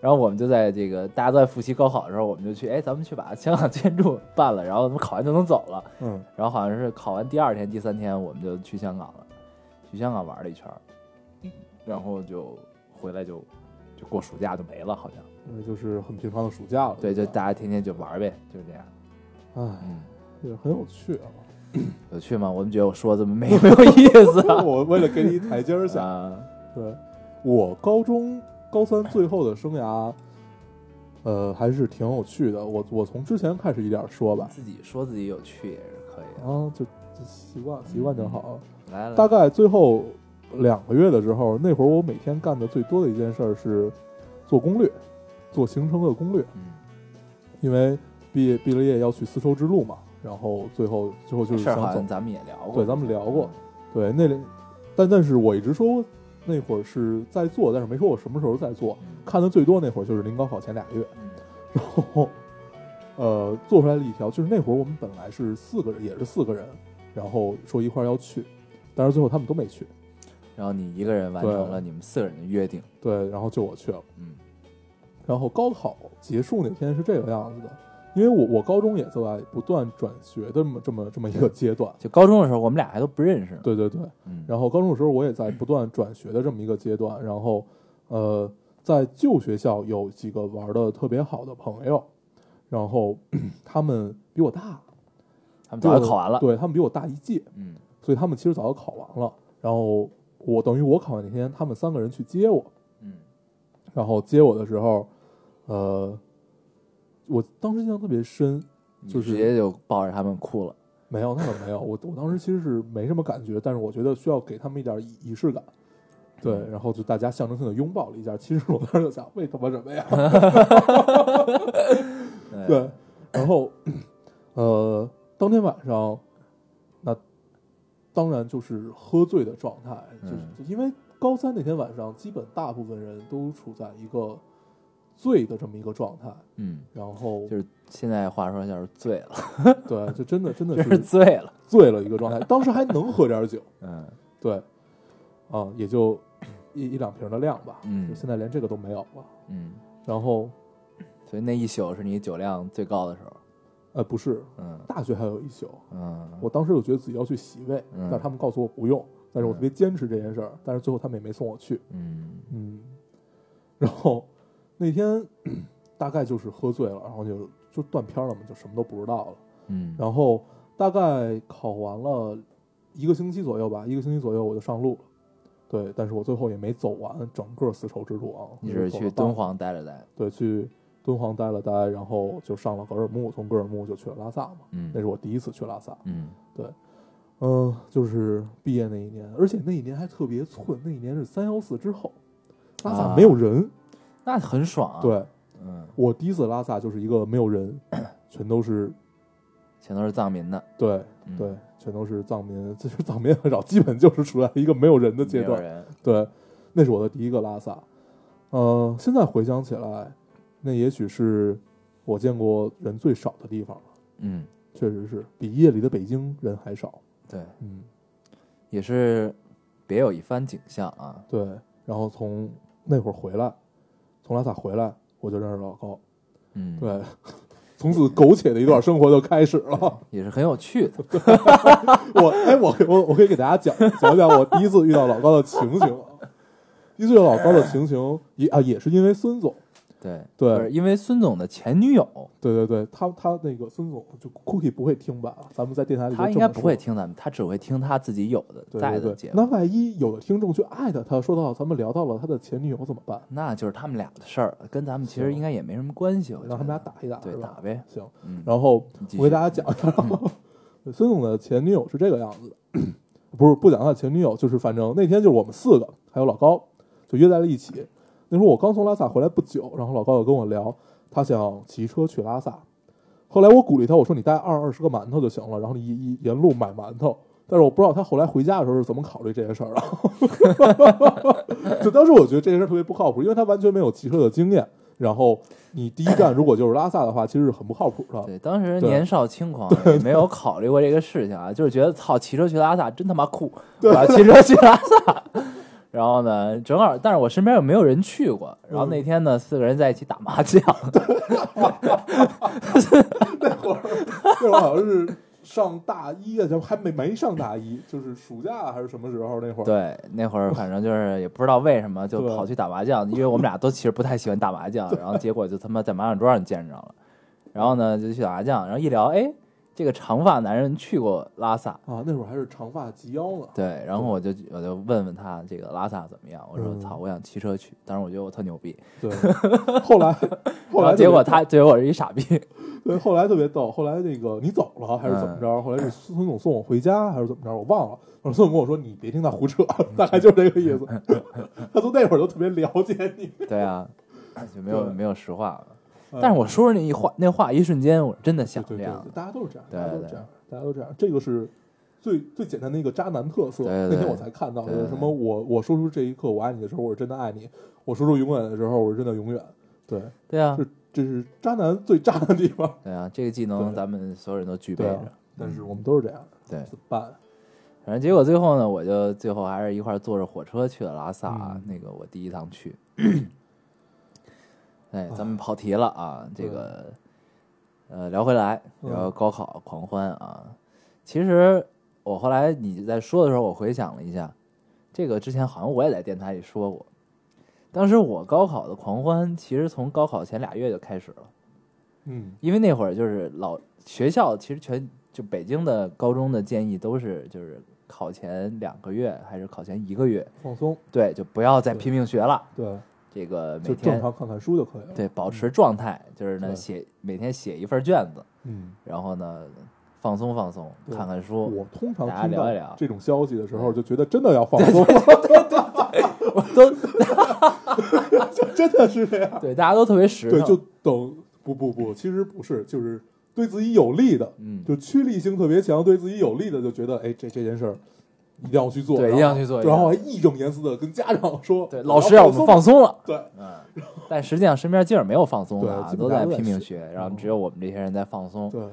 Speaker 1: 然后我们就在这个大家都在复习高考的时候，我们就去，哎，咱们去把香港签注办了，然后我们考完就能走了。
Speaker 2: 嗯
Speaker 1: 然后好像是考完第二天、第三天，我们就去香港了，去香港玩了一圈儿，然后就回来就就过暑假就没了，好像。
Speaker 2: 那呃就是很平常的暑假了。
Speaker 1: 对，就
Speaker 2: 吧
Speaker 1: 大家天天就玩呗，就是这样。
Speaker 2: 唉，
Speaker 1: 嗯，
Speaker 2: 也很有趣啊。
Speaker 1: 有趣吗？我们觉得我说这么没没有意思 啊
Speaker 2: 我为了给你一台阶儿下，
Speaker 1: 啊？
Speaker 2: 对我高中高三最后的生涯，呃，还是挺有趣的。我我从之前开始一点儿说吧，
Speaker 1: 自己说自己有趣也是可以的。
Speaker 2: 啊，就就习惯习惯就好。
Speaker 1: 来来，
Speaker 2: 大概最后两个月的时候，那会儿我每天干的最多的一件事儿是做攻略，做行程的攻略，
Speaker 1: 嗯，
Speaker 2: 因为毕业毕了业要去丝绸之路嘛，然后最后最后就
Speaker 1: 这
Speaker 2: 是
Speaker 1: 事儿好
Speaker 2: 想走
Speaker 1: 像咱们也聊过，
Speaker 2: 对咱们聊过对，那里，但但是我一直说那会儿是在做，但是没说我什么时候在做。看的最多那会儿就是临高考前俩月，
Speaker 1: 嗯。
Speaker 2: 然后呃做出来了一条，就是那会儿我们本来是四个人，也是四个人，然后说一块儿要去，但是最后他们都没去，
Speaker 1: 然后你一个人完成了你们四个人的约定，
Speaker 2: 对，然后就我去了。
Speaker 1: 嗯
Speaker 2: 然后高考结束那天是这个样子的，因为我我高中也在不断转学的这么这么这么一个阶段，
Speaker 1: 就高中的时候我们俩还都不认识呢，
Speaker 2: 对对对，
Speaker 1: 嗯，
Speaker 2: 然后高中的时候我也在不断转学的这么一个阶段，然后呃，在旧学校有几个玩的特别好的朋友，然后 他们比我大，
Speaker 1: 他们
Speaker 2: 比
Speaker 1: 早
Speaker 2: 我
Speaker 1: 就考完了。
Speaker 2: 对他们比我大一届，
Speaker 1: 嗯，
Speaker 2: 所以他们其实早就考完了。然后我等于我考完那天，他们三个人去接我，
Speaker 1: 嗯，
Speaker 2: 然后接我的时候，呃，我当时印象特别深，
Speaker 1: 你
Speaker 2: 就是
Speaker 1: 直接就抱着他们哭了。
Speaker 2: 没有，那倒没有。我我当时其实是没什么感觉，但是我觉得需要给他们一点仪仪式感。对，
Speaker 1: 嗯
Speaker 2: 然后就大家象征性的拥抱了一下。其实我当时就想，为他妈什么呀？
Speaker 1: 对
Speaker 2: 对， 然后呃，当天晚上，那当然就是喝醉的状态，就是、
Speaker 1: 嗯
Speaker 2: 就因为高三那天晚上，基本大部分人都处在一个醉的这么一个状态。
Speaker 1: 嗯，
Speaker 2: 然后
Speaker 1: 就是现在话说就是醉了，
Speaker 2: 对，就真的真的
Speaker 1: 就是
Speaker 2: 是
Speaker 1: 醉了。
Speaker 2: 醉了一个状态。当时还能喝点酒，
Speaker 1: 嗯
Speaker 2: 对，啊，也就一一两瓶的量吧，
Speaker 1: 嗯
Speaker 2: 就现在连这个都没有了。
Speaker 1: 嗯，
Speaker 2: 然后，
Speaker 1: 所以那一宿是你酒量最高的时候。
Speaker 2: 呃，不是，
Speaker 1: 嗯
Speaker 2: 大学还有一宿，
Speaker 1: 嗯，
Speaker 2: 我当时就觉得自己要去洗胃，
Speaker 1: 嗯
Speaker 2: 但是他们告诉我不用，但是我特别坚持这件事儿，但是最后他们也没送我去，
Speaker 1: 嗯
Speaker 2: 嗯，然后那天大概就是喝醉了，然后就就断片儿了嘛，就什么都不知道了。
Speaker 1: 嗯，
Speaker 2: 然后大概考完了一个星期左右吧，一个星期左右我就上路了。对，但是我最后也没走完整个丝绸之路啊。
Speaker 1: 你
Speaker 2: 我就是走
Speaker 1: 去
Speaker 2: 了半
Speaker 1: 敦煌待了待。
Speaker 2: 对，去敦煌待了待，然后就上了格尔木，从格尔木就去了拉萨嘛。
Speaker 1: 嗯
Speaker 2: 那是我第一次去拉萨，
Speaker 1: 嗯
Speaker 2: 嗯、就是毕业那一年，而且那一年还特别寸，那一年是三幺四之后，拉萨
Speaker 1: 啊
Speaker 2: 没有人。
Speaker 1: 那很爽啊。，
Speaker 2: 对
Speaker 1: 嗯，
Speaker 2: 我第一次拉萨就是一个没有人，全都是
Speaker 1: 全都是藏民的。
Speaker 2: 对
Speaker 1: 嗯
Speaker 2: 对，全都是藏民，其实藏民很少，基本就是处在一个没有人
Speaker 1: 没
Speaker 2: 的阶
Speaker 1: 有
Speaker 2: 段。
Speaker 1: 人。
Speaker 2: 对，那是我的第一个拉萨。呃，现在回想起来，那也许是我见过人最少的地方了。
Speaker 1: 嗯，
Speaker 2: 确实是比夜里的北京人还少。
Speaker 1: 对，
Speaker 2: 嗯，
Speaker 1: 也是别有一番景象啊。
Speaker 2: 对。然后从那会儿回来，从拉萨回来，我就认识老高。
Speaker 1: 嗯，
Speaker 2: 对， 从此苟且的一段生活就开始了。
Speaker 1: 也是很有趣的。
Speaker 2: 我哎，我我我可以给大家讲讲讲我第一次遇到老高的情形啊。第一次遇到老高的情形也啊也是因为孙总，
Speaker 1: 对
Speaker 2: 对
Speaker 1: 不是因为孙总的前女友，
Speaker 2: 对对对，他他那个孙总就 Cookie 不会听吧？咱们在电台里就
Speaker 1: 他应
Speaker 2: 这
Speaker 1: 该
Speaker 2: 么
Speaker 1: 不会
Speaker 2: 说。
Speaker 1: 听咱们，他只会听他自己有的
Speaker 2: 对
Speaker 1: 在
Speaker 2: 对
Speaker 1: 的
Speaker 2: 对
Speaker 1: 节，
Speaker 2: 那
Speaker 1: 目，
Speaker 2: 万一有的听众去艾特他，说到咱们聊到了他的前女友怎么办？
Speaker 1: 那就是他们俩的事儿，跟咱们其实
Speaker 2: 行
Speaker 1: 应该也没什么关系。我觉
Speaker 2: 让他们俩
Speaker 1: 得
Speaker 2: 打一打，
Speaker 1: 对
Speaker 2: 是吧
Speaker 1: 打呗。
Speaker 2: 行，
Speaker 1: 嗯，
Speaker 2: 然后
Speaker 1: 你继续
Speaker 2: 我给大家讲一下， 孙总的前女友是这个样子的， 不是不讲他的前女友，就是反正那天就是我们四个还有老高就约在了一起。那时候我刚从拉萨回来不久，然后老高就跟我聊，他想骑车去拉萨。后来我鼓励他，我说你带二二十个馒头就行了，然后你一一沿路买馒头。但是我不知道他后来回家的时候是怎么考虑这些事儿 的。就当时我觉得这件事儿特别不靠谱，因为他完全没有骑车的经验。然后你第一站如果就是拉萨的话，其实是很不靠谱的。
Speaker 1: 对，当时
Speaker 2: 对
Speaker 1: 年少轻狂，也没有考虑过这个事情啊，就是觉得操，骑车去拉萨真他妈 酷，我要骑车去拉萨。 然后呢，正好，但是我身边又没有人去过。然后
Speaker 2: 嗯
Speaker 1: 那天呢，四个人在一起打麻 将，
Speaker 2: 那会儿好像是上大一啊，就还没没上大一，就是暑假还是什么时候那会儿。
Speaker 1: 对，那会儿反正就是也不知道为什么就
Speaker 2: 对
Speaker 1: 跑去打麻将，因为我们俩都其实不太喜欢打麻 将，然后结果就他妈在麻将桌上见着了，然后呢就去打麻将，然后一聊，哎，这个长发男人去过拉萨，
Speaker 2: 啊，那会儿还是长发及腰呢。
Speaker 1: 对，然后我就我就问问他这个拉萨怎么样，我说
Speaker 2: 嗯
Speaker 1: 操，我想骑车去，当时我觉得我特牛逼，
Speaker 2: 对，后来
Speaker 1: 然
Speaker 2: 后
Speaker 1: 后
Speaker 2: 来特别
Speaker 1: 结果他结果我是一傻逼，
Speaker 2: 对后来特别逗，后来那个你走了还是怎么
Speaker 1: 嗯
Speaker 2: 着？后来是孙总送我回家还是怎么着？我忘了。然后孙总跟我说：“你别听他胡扯， 大概就是这个意思。”
Speaker 1: 嗯
Speaker 2: 他从那会儿就特别了解你。
Speaker 1: 对啊，就没有
Speaker 2: 对
Speaker 1: 没有实话了。
Speaker 2: 嗯
Speaker 1: 但是我说出那一话那话一瞬间，我真的想这
Speaker 2: 对对
Speaker 1: 样
Speaker 2: 对，，大家都是这样，
Speaker 1: 对
Speaker 2: 大家都是
Speaker 1: 对
Speaker 2: 这样，大家都这样，这个是最最简单的一个渣男特色。
Speaker 1: 对对
Speaker 2: 那天
Speaker 1: 对
Speaker 2: 我才看到，
Speaker 1: 对
Speaker 2: 就是
Speaker 1: 对
Speaker 2: 什
Speaker 1: 对
Speaker 2: 么我我说出这一刻我爱你的时候，我是真的爱你；我说出永远的时候，我是真的永远。对，
Speaker 1: 对啊
Speaker 2: 这，这是渣男最渣的地方。
Speaker 1: 对啊，这个技能
Speaker 2: 对
Speaker 1: 咱们所有人都具备
Speaker 2: 对
Speaker 1: 着
Speaker 2: 啊。，但是我们都是这样，
Speaker 1: 对
Speaker 2: 怎么办？啊
Speaker 1: 反正结果最后呢，我就最后还是一块儿坐着火车去了拉萨啊、那个我第一趟去。哎，咱们跑题了啊，这个呃聊回来
Speaker 2: 嗯
Speaker 1: 聊高考狂欢啊。其实我后来你在说的时候，我回想了一下，这个之前好像我也在电台里说过。当时我高考的狂欢，其实从高考前俩月就开始了。
Speaker 2: 嗯
Speaker 1: 因为那会儿就是老学校，其实全就北京的高中的建议都是就是考前两个月还是考前一个月，
Speaker 2: 放松，
Speaker 1: 对，就不要再拼命学了，
Speaker 2: 对，
Speaker 1: 这个每
Speaker 2: 就正
Speaker 1: 天
Speaker 2: 常看看书就可以了。
Speaker 1: 对保持状态，就是呢
Speaker 2: 对
Speaker 1: 写每天写一份卷子，
Speaker 2: 嗯，
Speaker 1: 然后呢放松放松，
Speaker 2: 对
Speaker 1: 看看书，
Speaker 2: 我通常
Speaker 1: 大家
Speaker 2: 听
Speaker 1: 聊
Speaker 2: 到
Speaker 1: 一聊
Speaker 2: 这种消息的时候，就觉得真的要放松，
Speaker 1: 我都
Speaker 2: 真的是这样。
Speaker 1: 对大家都特别实
Speaker 2: 对，
Speaker 1: 诚，
Speaker 2: 就等不不不，其实不是，就是对自己有利的，
Speaker 1: 嗯
Speaker 2: 就趋利性特别强，对自己有利的就觉得，哎，这这件事儿一定要去做，
Speaker 1: 对一
Speaker 2: 然后
Speaker 1: 定要去做
Speaker 2: 然后还义正言辞的跟家长说，
Speaker 1: 对老师让我们放
Speaker 2: 松，
Speaker 1: 松了。
Speaker 2: 对，
Speaker 1: 嗯，但实际上身边基本没有放松的、啊，
Speaker 2: 对基
Speaker 1: 都
Speaker 2: 本大
Speaker 1: 在
Speaker 2: 家都在
Speaker 1: 拼命
Speaker 2: 学
Speaker 1: 学，然后
Speaker 2: 嗯
Speaker 1: 只有我们这些人在放松。
Speaker 2: 对，
Speaker 1: 然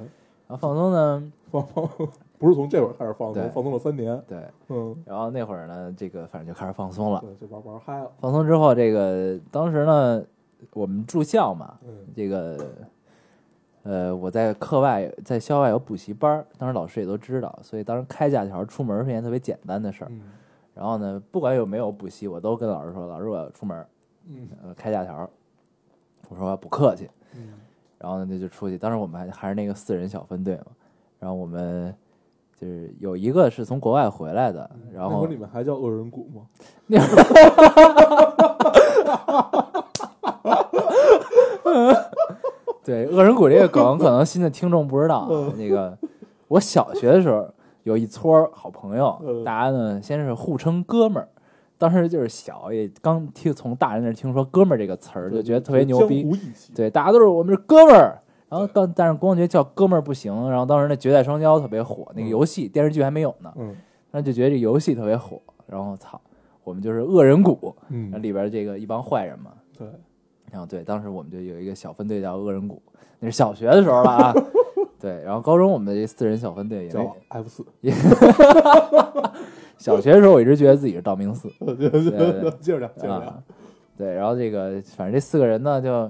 Speaker 1: 后放松呢，
Speaker 2: 放放，不是从这会儿开始放
Speaker 1: 对
Speaker 2: 松，放松了三年，
Speaker 1: 对，
Speaker 2: 嗯，
Speaker 1: 然后那会儿呢，这个反正就开始放松了。
Speaker 2: 对，就玩玩嗨了，
Speaker 1: 放松之后，这个当时呢，我们住校嘛，
Speaker 2: 嗯
Speaker 1: 这个呃，我在课外在校外有补习班儿，当时老师也都知道，所以当时开假条出门是一件特别简单的事儿。
Speaker 2: 嗯
Speaker 1: 然后呢，不管有没有补习，我都跟老师说，老师我要出门儿，
Speaker 2: 嗯
Speaker 1: 呃，开假条，我说我要补课去。
Speaker 2: 嗯
Speaker 1: 然后呢，那就出去。当时我们还还是那个四人小分队嘛，然后我们就是有一个是从国外回来的，然
Speaker 2: 那
Speaker 1: 后
Speaker 2: 会儿你们还叫恶人谷吗？
Speaker 1: 对恶人谷这个 梗，可能新的听众不知道啊。
Speaker 2: 嗯
Speaker 1: 那个我小学的时候有一撮好朋友，
Speaker 2: 嗯
Speaker 1: 大家呢先是互称哥们儿。当时就是小，也刚听从大人那儿听说“哥们儿”这个词儿，就觉得特别牛逼
Speaker 2: 江。湖义气，
Speaker 1: 对，大家都是我们是哥们儿。然后但但是光觉得叫哥们儿不行，然后当时那《绝代双骄》特别火，那个
Speaker 2: 嗯
Speaker 1: 游戏电视剧还没有呢，
Speaker 2: 嗯
Speaker 1: 然后就觉得这游戏特别火，然后操，我们就是恶人谷，然后
Speaker 2: 嗯，
Speaker 1: 里边这个一帮坏人嘛，
Speaker 2: 对，
Speaker 1: 然后对，当时我们就有一个小分队叫恶人谷，那是小学的时候了啊，对，然后高中我们的这四人小分队也没
Speaker 2: 叫 F 四，
Speaker 1: 小学的时候我一直觉得自己是道明寺
Speaker 2: 对对
Speaker 1: 对
Speaker 2: 接着聊，接着
Speaker 1: 啊
Speaker 2: 聊，，
Speaker 1: 对，然后这个反正这四个人呢就。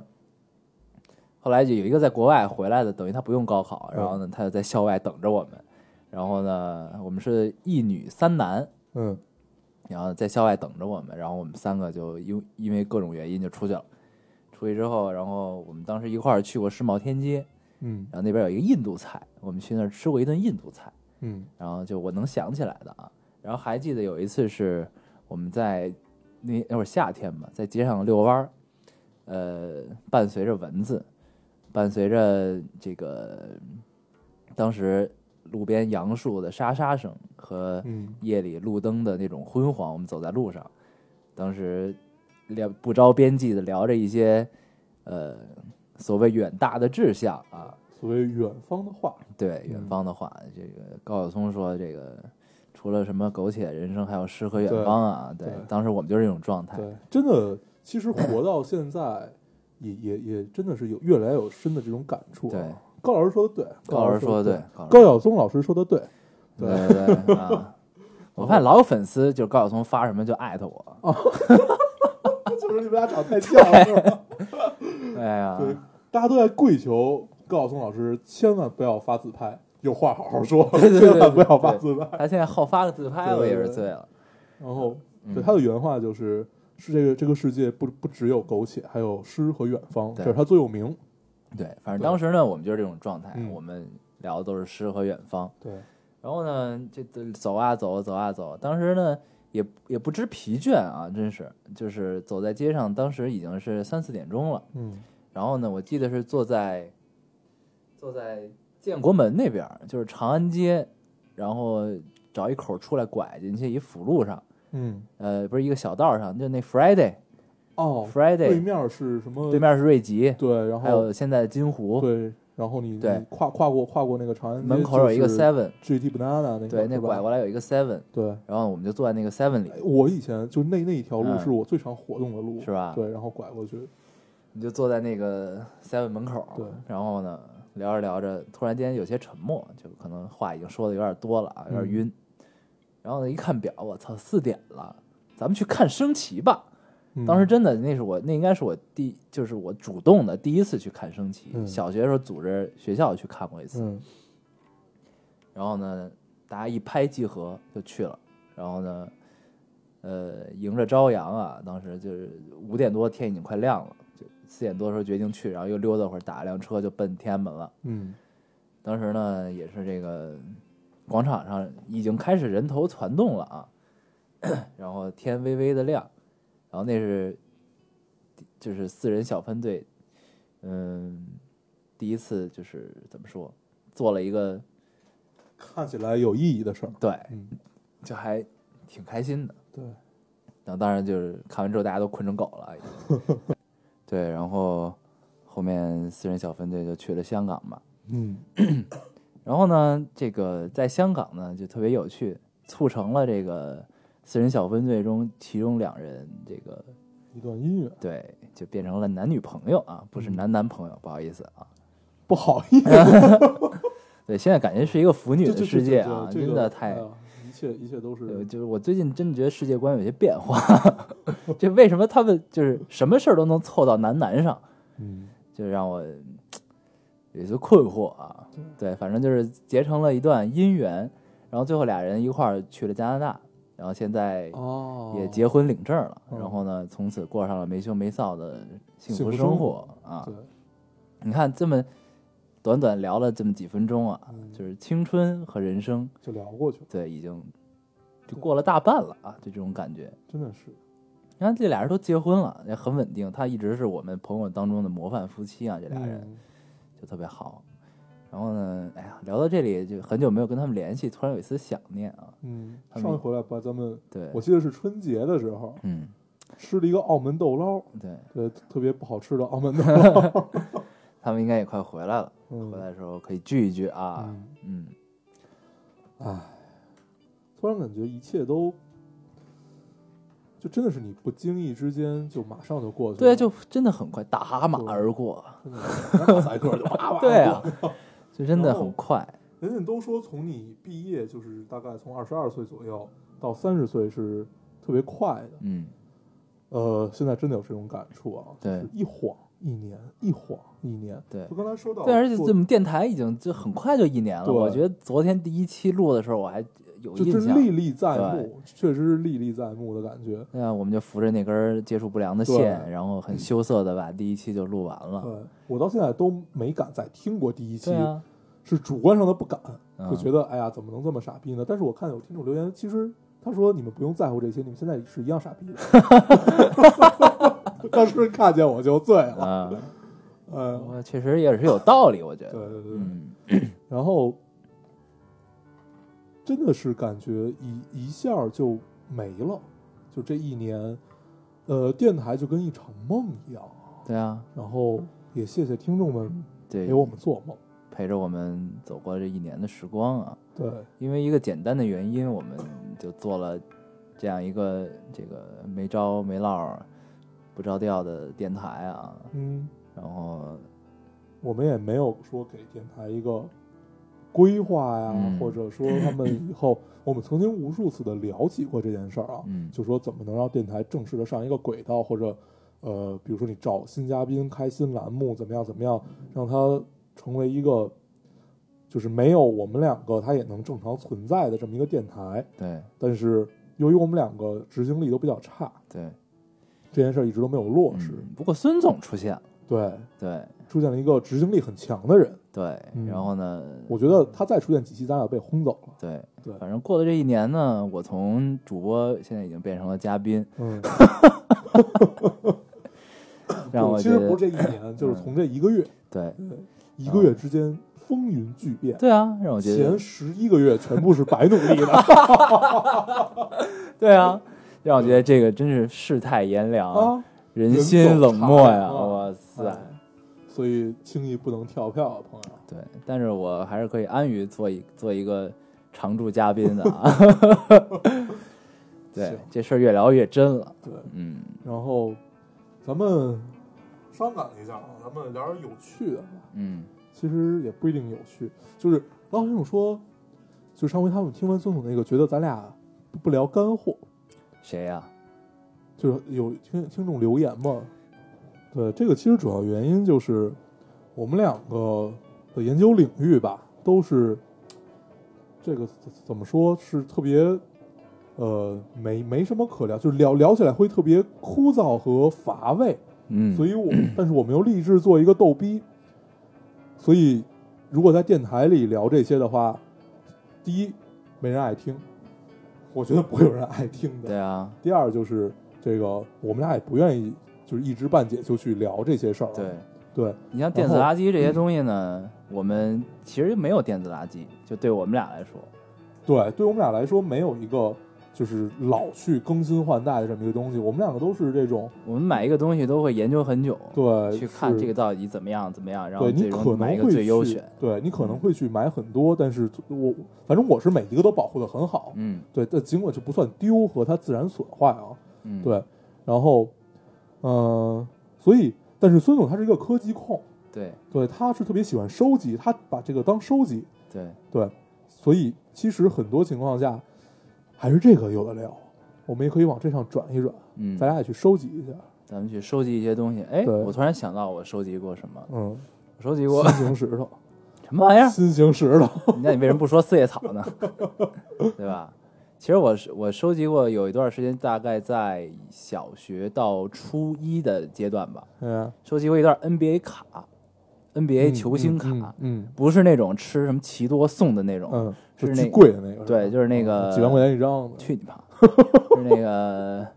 Speaker 1: 后来就有一个在国外回来的，等于他不用高考，然后呢，他就在校外等着我们。然后呢，我们是一女三男，
Speaker 2: 嗯
Speaker 1: 然后在校外等着我们，然后我们三个就因因为各种原因就出去了。出去之后，然后我们当时一块儿去过世贸天街，
Speaker 2: 嗯
Speaker 1: 然后那边有一个印度菜，我们去那儿吃过一顿印度菜，
Speaker 2: 嗯
Speaker 1: 然后就我能想起来的啊。然后还记得有一次是我们在那那会儿夏天嘛，在街上遛弯儿，呃，伴随着蚊子，伴随着这个当时路边杨树的沙沙声和
Speaker 2: 嗯
Speaker 1: 夜里路灯的那种昏黄，我们走在路上，当时聊不着边际的聊着一些呃所谓远大的志向啊，
Speaker 2: 所谓远方的话，
Speaker 1: 对远
Speaker 2: 嗯
Speaker 1: 方的话，这个高晓松说这个除了什么苟且人生，还有诗和远方啊，对，
Speaker 2: 对
Speaker 1: 当时我们就是这种状态，
Speaker 2: 对，真的，其实活到现在，也也也真的是有越来越有深的这种感触、啊。
Speaker 1: 对，
Speaker 2: 高老师说的对，
Speaker 1: 高老师说
Speaker 2: 的
Speaker 1: 的对高老师
Speaker 2: 高晓松老师说的 对，
Speaker 1: 对对对 啊。我发现老有粉丝就是高晓松发什么就艾特 我，
Speaker 2: 就是你们俩长 得太像了，是吧？
Speaker 1: 哎呀，
Speaker 2: 对，大家都在跪求高晓松老师千万不要发自拍，有话好好说，
Speaker 1: 对对
Speaker 2: 千万不要发自拍。
Speaker 1: 他现在好发个自拍，
Speaker 2: 对
Speaker 1: 我也是醉了。
Speaker 2: 然后，
Speaker 1: 嗯
Speaker 2: 对他的原话就是：是这个这个世界不不只有苟且，还有诗和远方，
Speaker 1: 对
Speaker 2: 这是他座右铭。
Speaker 1: 对，反正
Speaker 2: 对
Speaker 1: 当时呢，我们就是这种状态，
Speaker 2: 嗯
Speaker 1: 我们聊的都是诗和远方。
Speaker 2: 对，
Speaker 1: 然后呢，这这走啊走，走啊走，当时呢也也不知疲倦啊，真是就是走在街上，当时已经是三四点钟了。
Speaker 2: 嗯
Speaker 1: 然后呢，我记得是坐在坐在建国门那边儿，就是长安街，然后找一口出来拐进去一辅路上，
Speaker 2: 嗯，
Speaker 1: 呃，不是一个小道上，就那 Friday
Speaker 2: 哦
Speaker 1: Friday
Speaker 2: 对面是什么？
Speaker 1: 对面是瑞吉，
Speaker 2: 对，然
Speaker 1: 还
Speaker 2: 后
Speaker 1: 有现在的金湖，
Speaker 2: 对，然后你
Speaker 1: 对
Speaker 2: 你跨跨过跨过那个长安街
Speaker 1: 门口有一个
Speaker 2: 就是
Speaker 1: Seven，
Speaker 2: GT Banana 那个哎
Speaker 1: 对，那
Speaker 2: 是吧
Speaker 1: 拐过来有一个 Seven，
Speaker 2: 对。
Speaker 1: 然后我们就坐在那个 Seven 里，
Speaker 2: 我以前就那那一条路
Speaker 1: 嗯
Speaker 2: 是我最常活动的路，
Speaker 1: 是吧
Speaker 2: 对，然后拐过去，
Speaker 1: 你就坐在那个 Seven 门口，
Speaker 2: 对
Speaker 1: 然后呢聊着聊着，突然间有些沉默，就可能话已经说的有点多了啊，有点
Speaker 2: 嗯
Speaker 1: 晕。然后呢一看表，我操，四点了，咱们去看升旗吧。
Speaker 2: 嗯
Speaker 1: 当时真的，那是我那应该是我第就是我主动的第一次去看升旗，
Speaker 2: 嗯
Speaker 1: 小学的时候组织学校去看过一次，
Speaker 2: 嗯
Speaker 1: 然后呢，大家一拍即合就去了。然后呢，呃，迎着朝阳啊，当时就是五点多，天已经快亮了。四点多的时候决定去，然后又溜达会儿，打了辆车就奔天安门了。
Speaker 2: 嗯
Speaker 1: 当时呢，也是这个广场上已经开始人头攒动了啊， 然后天微微的亮，然后那是就是四人小分队，嗯，第一次就是怎么说，做了一个
Speaker 2: 看起来有意义的事儿。
Speaker 1: 对，
Speaker 2: 嗯，
Speaker 1: 就还挺开心的。
Speaker 2: 对，
Speaker 1: 然后当然就是看完之后大家都困成狗了，已经。 对，然后后面四人小分队就去了香港嘛。
Speaker 2: 嗯
Speaker 1: 然后呢，这个在香港呢就特别有趣，促成了这个四人小分队中其中两人这个
Speaker 2: 一段音乐，
Speaker 1: 对就变成了男女朋友啊，不是
Speaker 2: 嗯
Speaker 1: 男男朋友，不好意思啊。
Speaker 2: 不好意思，
Speaker 1: 对，现在感觉是一个腐 女
Speaker 2: 这
Speaker 1: 的
Speaker 2: 这
Speaker 1: 世界啊，
Speaker 2: 这这
Speaker 1: 真
Speaker 2: 这
Speaker 1: 的
Speaker 2: 个
Speaker 1: 太
Speaker 2: 哎……呀一切一切都
Speaker 1: 呃，
Speaker 2: 是
Speaker 1: 就是我最近真的觉得世界观有些变化， 这为什么他们就是什么事儿都能凑到男男上，
Speaker 2: 嗯
Speaker 1: 就让我嗯有些困惑啊。对，反正就是结成了一段姻缘，然后最后俩人一块儿去了加拿大，然后现在
Speaker 2: 哦
Speaker 1: 也结婚领证了，
Speaker 2: 哦
Speaker 1: 然后呢，从此过上了没羞没臊的幸
Speaker 2: 幸
Speaker 1: 福
Speaker 2: 福
Speaker 1: 生
Speaker 2: 生
Speaker 1: 活啊
Speaker 2: 对。
Speaker 1: 你看这么短短聊了这么几分钟啊，
Speaker 2: 嗯
Speaker 1: 就是青春和人生，
Speaker 2: 就聊过去了，
Speaker 1: 对，已经就
Speaker 2: 对
Speaker 1: 过了大半了啊，就这种感觉。
Speaker 2: 真的是
Speaker 1: 你看这俩人都结婚了，也很稳定，他一直是我们朋友当中的模范夫妻啊，这俩人。
Speaker 2: 嗯
Speaker 1: 就特别好。然后呢，哎呀，聊到这里就很久没有跟他们联系，突然有一丝想念啊。
Speaker 2: 嗯，
Speaker 1: 他们
Speaker 2: 上一回来把咱们，
Speaker 1: 对，
Speaker 2: 我记得是春节的时候
Speaker 1: 嗯，
Speaker 2: 吃了一个澳门豆捞，
Speaker 1: 对
Speaker 2: 对，特别不好吃的澳门豆 捞，
Speaker 1: 他们应该也快回来了，
Speaker 2: 嗯
Speaker 1: 回来的时候可以聚一聚啊。
Speaker 2: 嗯
Speaker 1: 嗯，啊
Speaker 2: 唉，突然感觉一切都，就真的是你不经意之间就马上就过去了。
Speaker 1: 对，就真的很快，打马而过，
Speaker 2: 真的是 马赛克就啪啪。
Speaker 1: 对啊，就真的
Speaker 2: 哦
Speaker 1: 很快。
Speaker 2: 人家都说从你毕业就是大概从二十二岁左右到三十岁是特别快的。
Speaker 1: 嗯，
Speaker 2: 呃，现在真的有这种感触啊，
Speaker 1: 对
Speaker 2: 就是一晃一年，一晃一年。
Speaker 1: 对
Speaker 2: 就刚才说到做，
Speaker 1: 对，而且我们电台已经就很快就一年了。
Speaker 2: 对
Speaker 1: 我觉得昨天第一期录的时候，我还有
Speaker 2: 就
Speaker 1: 印
Speaker 2: 真
Speaker 1: 象。
Speaker 2: 历历在
Speaker 1: 对
Speaker 2: 目，确实是历历在目的感觉。
Speaker 1: 对啊，我们就扶着那根接触不良的线，
Speaker 2: 对嗯
Speaker 1: 然后很羞涩的把第一期就录完了。
Speaker 2: 对呃我到现在都没敢再听过第一期
Speaker 1: 对啊，
Speaker 2: 是主观上的不敢，
Speaker 1: 嗯
Speaker 2: 就觉得哎呀，怎么能这么傻逼呢？但是我看有听众留言，其实他说你们不用在乎这些，你们现在是一样傻 逼的。 当时看见我就醉了，
Speaker 1: 啊，
Speaker 2: 嗯，
Speaker 1: 我确实也是有道理，我觉
Speaker 2: 对
Speaker 1: 得。
Speaker 2: 对对，
Speaker 1: 嗯，
Speaker 2: 然后真的是感觉一一下就没了，就这一年，呃，电台就跟一场梦一样。
Speaker 1: 对啊，
Speaker 2: 然后也谢谢听众们
Speaker 1: 对
Speaker 2: 给，我们做梦，
Speaker 1: 陪着我们走过这一年的时光啊。
Speaker 2: 对，
Speaker 1: 因为一个简单的原因，我们就做了这样一个这个没招没落儿、不着调的电台啊。
Speaker 2: 嗯，
Speaker 1: 然后，
Speaker 2: 我们也没有说给电台一个规划呀，
Speaker 1: 嗯
Speaker 2: 或者说他们以后，我们曾经无数次的聊起过这件事儿啊，
Speaker 1: 嗯
Speaker 2: 就说怎么能让电台正式的上一个轨道，或者呃，比如说你找新嘉宾、开新栏目，怎么样怎么样，让它成为一个就是没有我们两个它也能正常存在的这么一个电台，
Speaker 1: 对
Speaker 2: 但是由于我们两个执行力都比较差，
Speaker 1: 对，这
Speaker 2: 这件事儿一直都没有落实，
Speaker 1: 不过孙总出现了，
Speaker 2: 对，
Speaker 1: 对
Speaker 2: 出现了一个执行力很强的人。
Speaker 1: 对，
Speaker 2: 嗯
Speaker 1: 然后呢，
Speaker 2: 我觉得他再出现几期，咱俩被轰走了。
Speaker 1: 对。
Speaker 2: 对，
Speaker 1: 反正过了这一年呢，我从主播现在已经变成了嘉宾，
Speaker 2: 嗯，
Speaker 1: 让我
Speaker 2: 对
Speaker 1: 觉
Speaker 2: 其实
Speaker 1: 得嗯
Speaker 2: 不是这一年，就是从这一个月，
Speaker 1: 对
Speaker 2: 一个月之间风云巨变，
Speaker 1: 对啊，让我觉得
Speaker 2: 前十一个月全部是白努力的
Speaker 1: 对啊，让我觉得这个真是世态炎凉，
Speaker 2: 啊，
Speaker 1: 人心冷漠呀！
Speaker 2: 人走
Speaker 1: 哇塞，
Speaker 2: 啊哎所以轻易不能跳票啊，朋友。
Speaker 1: 对，但是我还是可以安于做一做一个常驻嘉宾的啊。 对
Speaker 2: 行，
Speaker 1: 这事儿越聊越真了。
Speaker 2: 对，
Speaker 1: 嗯，
Speaker 2: 然后咱们伤感一下啊，咱们聊点有趣的吧。
Speaker 1: 嗯，
Speaker 2: 其实也不一定有趣。就是老先生说，就上回他们听完孙总那个，觉得咱俩不不聊干货，
Speaker 1: 谁呀、
Speaker 2: 就是有听听众留言嘛。对，这个其实主要原因就是我们两个的研究领域吧，都是这个怎么说是特别呃没没什么可聊，就是聊聊起来会特别枯燥和乏味。
Speaker 1: 嗯，
Speaker 2: 所以我，但是我们又立志做一个逗逼，所以如果在电台里聊这些的话，第一没人爱听，我觉得不会有人爱听的。
Speaker 1: 对啊，
Speaker 2: 第二就是这个，我们俩也不愿意就是一知半解就去聊这些事儿了。啊
Speaker 1: 对。
Speaker 2: 对
Speaker 1: 你像电子垃圾这
Speaker 2: 嗯
Speaker 1: 些东西呢，我们其实没有电子垃圾，就对我们俩来说，
Speaker 2: 对，对我们俩来说，没有一个就是老去更新换代的这么一个东西。我们两个都是这种，
Speaker 1: 我们买一个东西都会研究很久，
Speaker 2: 对，
Speaker 1: 去看
Speaker 2: 是
Speaker 1: 这个到底怎么样怎么样，然后
Speaker 2: 对
Speaker 1: 最
Speaker 2: 你可
Speaker 1: 终买一
Speaker 2: 能
Speaker 1: 个
Speaker 2: 会
Speaker 1: 最优
Speaker 2: 去
Speaker 1: 选。嗯
Speaker 2: 对你可能会去买很多，但是我反正我是每一个都保护的很好，
Speaker 1: 嗯
Speaker 2: 对，但尽管就不算丢和它自然损坏啊，
Speaker 1: 嗯，
Speaker 2: 对，然后，嗯、所以但是孙总他是一个科技控，
Speaker 1: 对
Speaker 2: 对，他是特别喜欢收集，他把这个当收集，
Speaker 1: 对，
Speaker 2: 对，所以其实很多情况下还是这个有的聊，我们也可以往这上转一转，
Speaker 1: 嗯，
Speaker 2: 咱俩也去收集一下，
Speaker 1: 咱们去收集一些东西。哎，
Speaker 2: 对
Speaker 1: 我突然想到，我收集过什么？
Speaker 2: 嗯，
Speaker 1: 我收集过
Speaker 2: 新型石 头，
Speaker 1: 什么玩意儿？
Speaker 2: 新 型石头，
Speaker 1: 那你为什么不说四叶草呢？ 对吧？其实我是我收集过有一段时间，大概在小学到初一的阶段吧，
Speaker 2: 嗯，
Speaker 1: 收集过一段 NBA 卡，NBA
Speaker 2: 嗯
Speaker 1: 哎球星卡，
Speaker 2: 嗯嗯嗯
Speaker 1: 不是那种吃什么奇多送的那种，
Speaker 2: 嗯，
Speaker 1: 是
Speaker 2: 就
Speaker 1: 那个
Speaker 2: 巨贵的那个，
Speaker 1: 对，
Speaker 2: 是吧嗯
Speaker 1: 就是那个
Speaker 2: 几万块钱一张的，
Speaker 1: 去你妈！就是那个，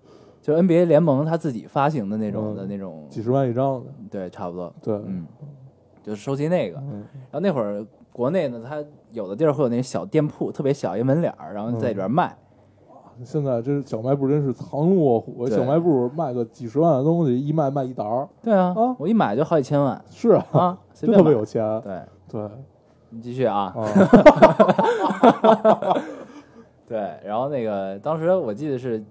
Speaker 1: 就是 NBA 联盟他自己发行的那种
Speaker 2: 嗯
Speaker 1: 的那种，
Speaker 2: 几十万一张的，
Speaker 1: 对，差不多，
Speaker 2: 对，
Speaker 1: 嗯，就是收集那个。
Speaker 2: 嗯
Speaker 1: 然后那会儿国内呢，它有的地儿会有那小店铺，特别小一门脸儿，然后在里
Speaker 2: 嗯
Speaker 1: 边卖。现
Speaker 2: 现在这小卖部真是藏龙卧虎，啊
Speaker 1: 对
Speaker 2: 小卖部卖个几十万的东西，一卖卖一沓儿，
Speaker 1: 对啊，
Speaker 2: 啊
Speaker 1: 我一买就好几千万
Speaker 2: 是啊，
Speaker 1: 啊，随
Speaker 2: 真
Speaker 1: 便
Speaker 2: 特
Speaker 1: 买
Speaker 2: 别有。钱，
Speaker 1: 对，
Speaker 2: 对，
Speaker 1: 你继续啊。
Speaker 2: 啊，
Speaker 1: 对，然后那个当时我记得是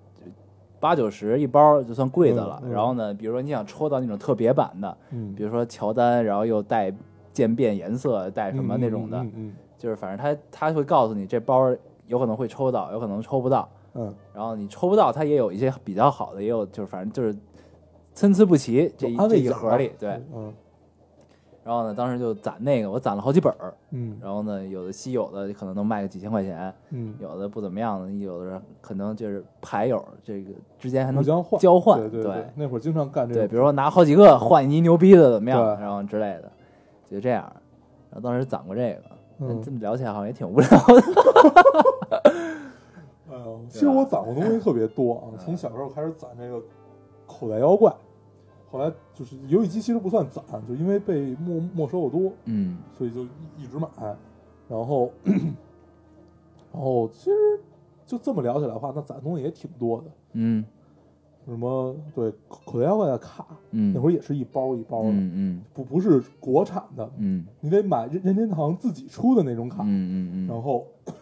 Speaker 1: 八九十一包，就算贵的了。
Speaker 2: 嗯嗯
Speaker 1: 然后呢，比如说你想抽到那种特别版的，
Speaker 2: 嗯
Speaker 1: 比如说乔丹，然后又带渐变颜色，带什么那种的，
Speaker 2: 嗯嗯
Speaker 1: 就是反正他他会告诉你这包有可能会抽到，有可能抽不到。
Speaker 2: 嗯，
Speaker 1: 然后你抽不到，它也有一些比较好的，也有就是反正就是参差不齐这一
Speaker 2: 安
Speaker 1: 这
Speaker 2: 慰
Speaker 1: 一
Speaker 2: 奖
Speaker 1: 盒里。对，，
Speaker 2: 嗯
Speaker 1: 然后呢，当时就攒那个，我攒了好几本儿。
Speaker 2: 嗯
Speaker 1: 然后呢，有的稀有的可能能卖个几千块钱，
Speaker 2: 嗯，
Speaker 1: 有的不怎么样的，有的可能就是牌友这个之间还能
Speaker 2: 互相换
Speaker 1: 交换，
Speaker 2: 对对
Speaker 1: 对，
Speaker 2: 那会儿经常干这
Speaker 1: 对，
Speaker 2: 个，
Speaker 1: 比如说拿好几个换你牛逼的怎么样，
Speaker 2: 对
Speaker 1: 然后之类的，就这样。然后当时攒过这个，但
Speaker 2: 嗯
Speaker 1: 这么聊起来好像也挺无聊 的。
Speaker 2: 哎呦其实我攒过东西特别多啊，从小时候开始攒这个口袋妖怪，后来就是游戏机其实不算攒，就因为被没没收的多，
Speaker 1: 嗯
Speaker 2: 所以就一直买，然后， 然后其实就这么聊起来的话，那攒东西也挺多的，
Speaker 1: 嗯
Speaker 2: 什么对口口袋妖怪的卡，
Speaker 1: 嗯，
Speaker 2: 那会儿也是一包一包的，
Speaker 1: 嗯嗯
Speaker 2: 不不是国产的，
Speaker 1: 嗯
Speaker 2: 你得买任任天堂自己出的那种卡，
Speaker 1: 嗯嗯嗯
Speaker 2: 然后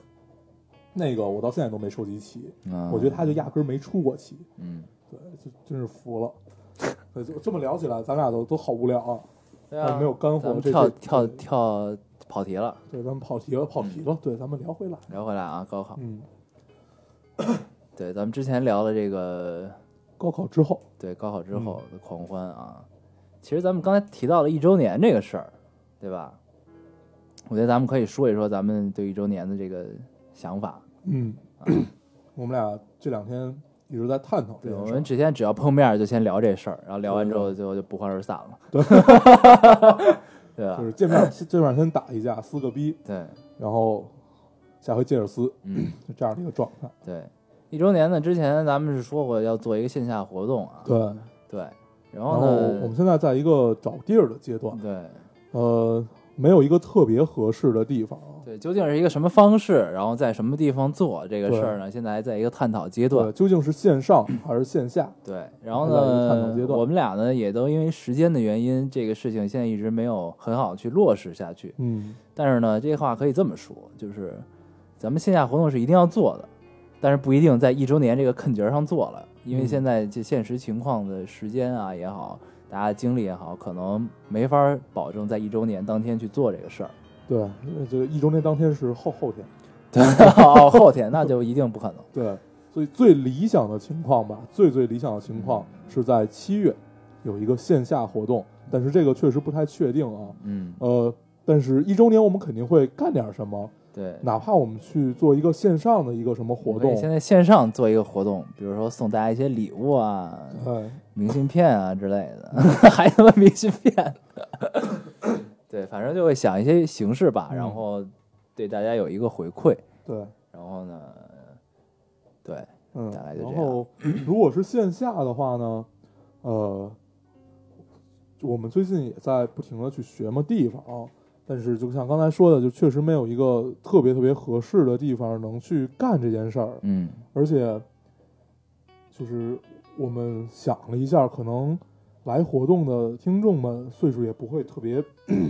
Speaker 2: 那个我到现在都没收集齐，
Speaker 1: 嗯，
Speaker 2: 我觉得它就压根儿没出过齐，
Speaker 1: 嗯，
Speaker 2: 对，就真是服了。对，就这么聊起来，咱俩都都好无聊啊！
Speaker 1: 对
Speaker 2: 啊没有干货
Speaker 1: 咱们
Speaker 2: 这嗯
Speaker 1: 跳
Speaker 2: 这
Speaker 1: 跳嗯跳跑题了，
Speaker 2: 对，咱们跑题了，跑题了。对，咱们聊回来。
Speaker 1: 聊回来啊，高考。
Speaker 2: 嗯，
Speaker 1: 对，咱们之前聊了这个，
Speaker 2: 高考之后，
Speaker 1: 对高考
Speaker 2: 嗯
Speaker 1: 之后的狂欢啊。其实咱们刚才提到了一周年这个事儿，对吧？我觉得咱们可以说一说咱们对一周年的这个想法。啊
Speaker 2: 嗯，我们俩这两天一直在探讨这
Speaker 1: 对，我
Speaker 2: 件事
Speaker 1: 们
Speaker 2: 儿。
Speaker 1: 之前只要碰面儿就先聊这事儿，然后聊完之后就就不欢而散了， 对吧啊
Speaker 2: 就？是见面见面先打一架，撕个逼，
Speaker 1: 对，
Speaker 2: 然后下回接着撕，
Speaker 1: 嗯，
Speaker 2: 就这样的一个状态。
Speaker 1: 对。一周年呢，之前咱们是说过要做一个线下活动啊，
Speaker 2: 对，
Speaker 1: 对，然
Speaker 2: 然
Speaker 1: 后
Speaker 2: 后
Speaker 1: 呢，
Speaker 2: 我们现在在一个找地儿的阶段，
Speaker 1: 对
Speaker 2: 呃，没有一个特别合适的地方啊。
Speaker 1: 对，究竟是一个什么方式，然后在什么地方做这个事儿呢？现在还在一个探讨阶段
Speaker 2: 对，。究竟是线上还是线下？
Speaker 1: 对，然后
Speaker 2: 还在一个探讨阶
Speaker 1: 呢，
Speaker 2: 段
Speaker 1: 我们俩呢也都因为时间的原因，这个事情现在一直没有很好去落实下去。
Speaker 2: 嗯，
Speaker 1: 但是呢，这话可以这么说，就是咱们线下活动是一定要做的，但是不一定在一周年这个坎节儿上做了，因为
Speaker 2: 嗯
Speaker 1: 现在这现实情况的时间啊也好，大家精力也好，可能没法儿保证在一周年当天去做这个事儿。
Speaker 2: 对，因为这个一周年当天是后后天。
Speaker 1: 对，哦，后天那就一定不可能。
Speaker 2: 对，所以最理想的情况吧，最最理想的情况是在七月有一个线下活动，但是这个确实不太确定啊。
Speaker 1: 嗯，
Speaker 2: 呃，但是一周年我们肯定会干点什么，
Speaker 1: 对，
Speaker 2: 哪怕我们去做一个线上的一个什么
Speaker 1: 所以
Speaker 2: 活动，
Speaker 1: 现在线上做一个活动，比如说送大家一些礼物啊、
Speaker 2: 哎，
Speaker 1: 明信片啊之类的， 还他妈明信片，对，反正就会想一些形式吧，然
Speaker 2: 嗯
Speaker 1: 后对大家有一个回馈，
Speaker 2: 对，
Speaker 1: 然后呢，对，
Speaker 2: 嗯，
Speaker 1: 大概就这
Speaker 2: 然
Speaker 1: 样
Speaker 2: 后如果是线下的话呢，呃，我们最近也在不停的去学嘛地方啊，但是就像刚才说的，就确实没有一个特别特别合适的地方能去干这件事儿，
Speaker 1: 嗯
Speaker 2: 而且就是我们想了一下，可能来活动的听众们岁数也不会特别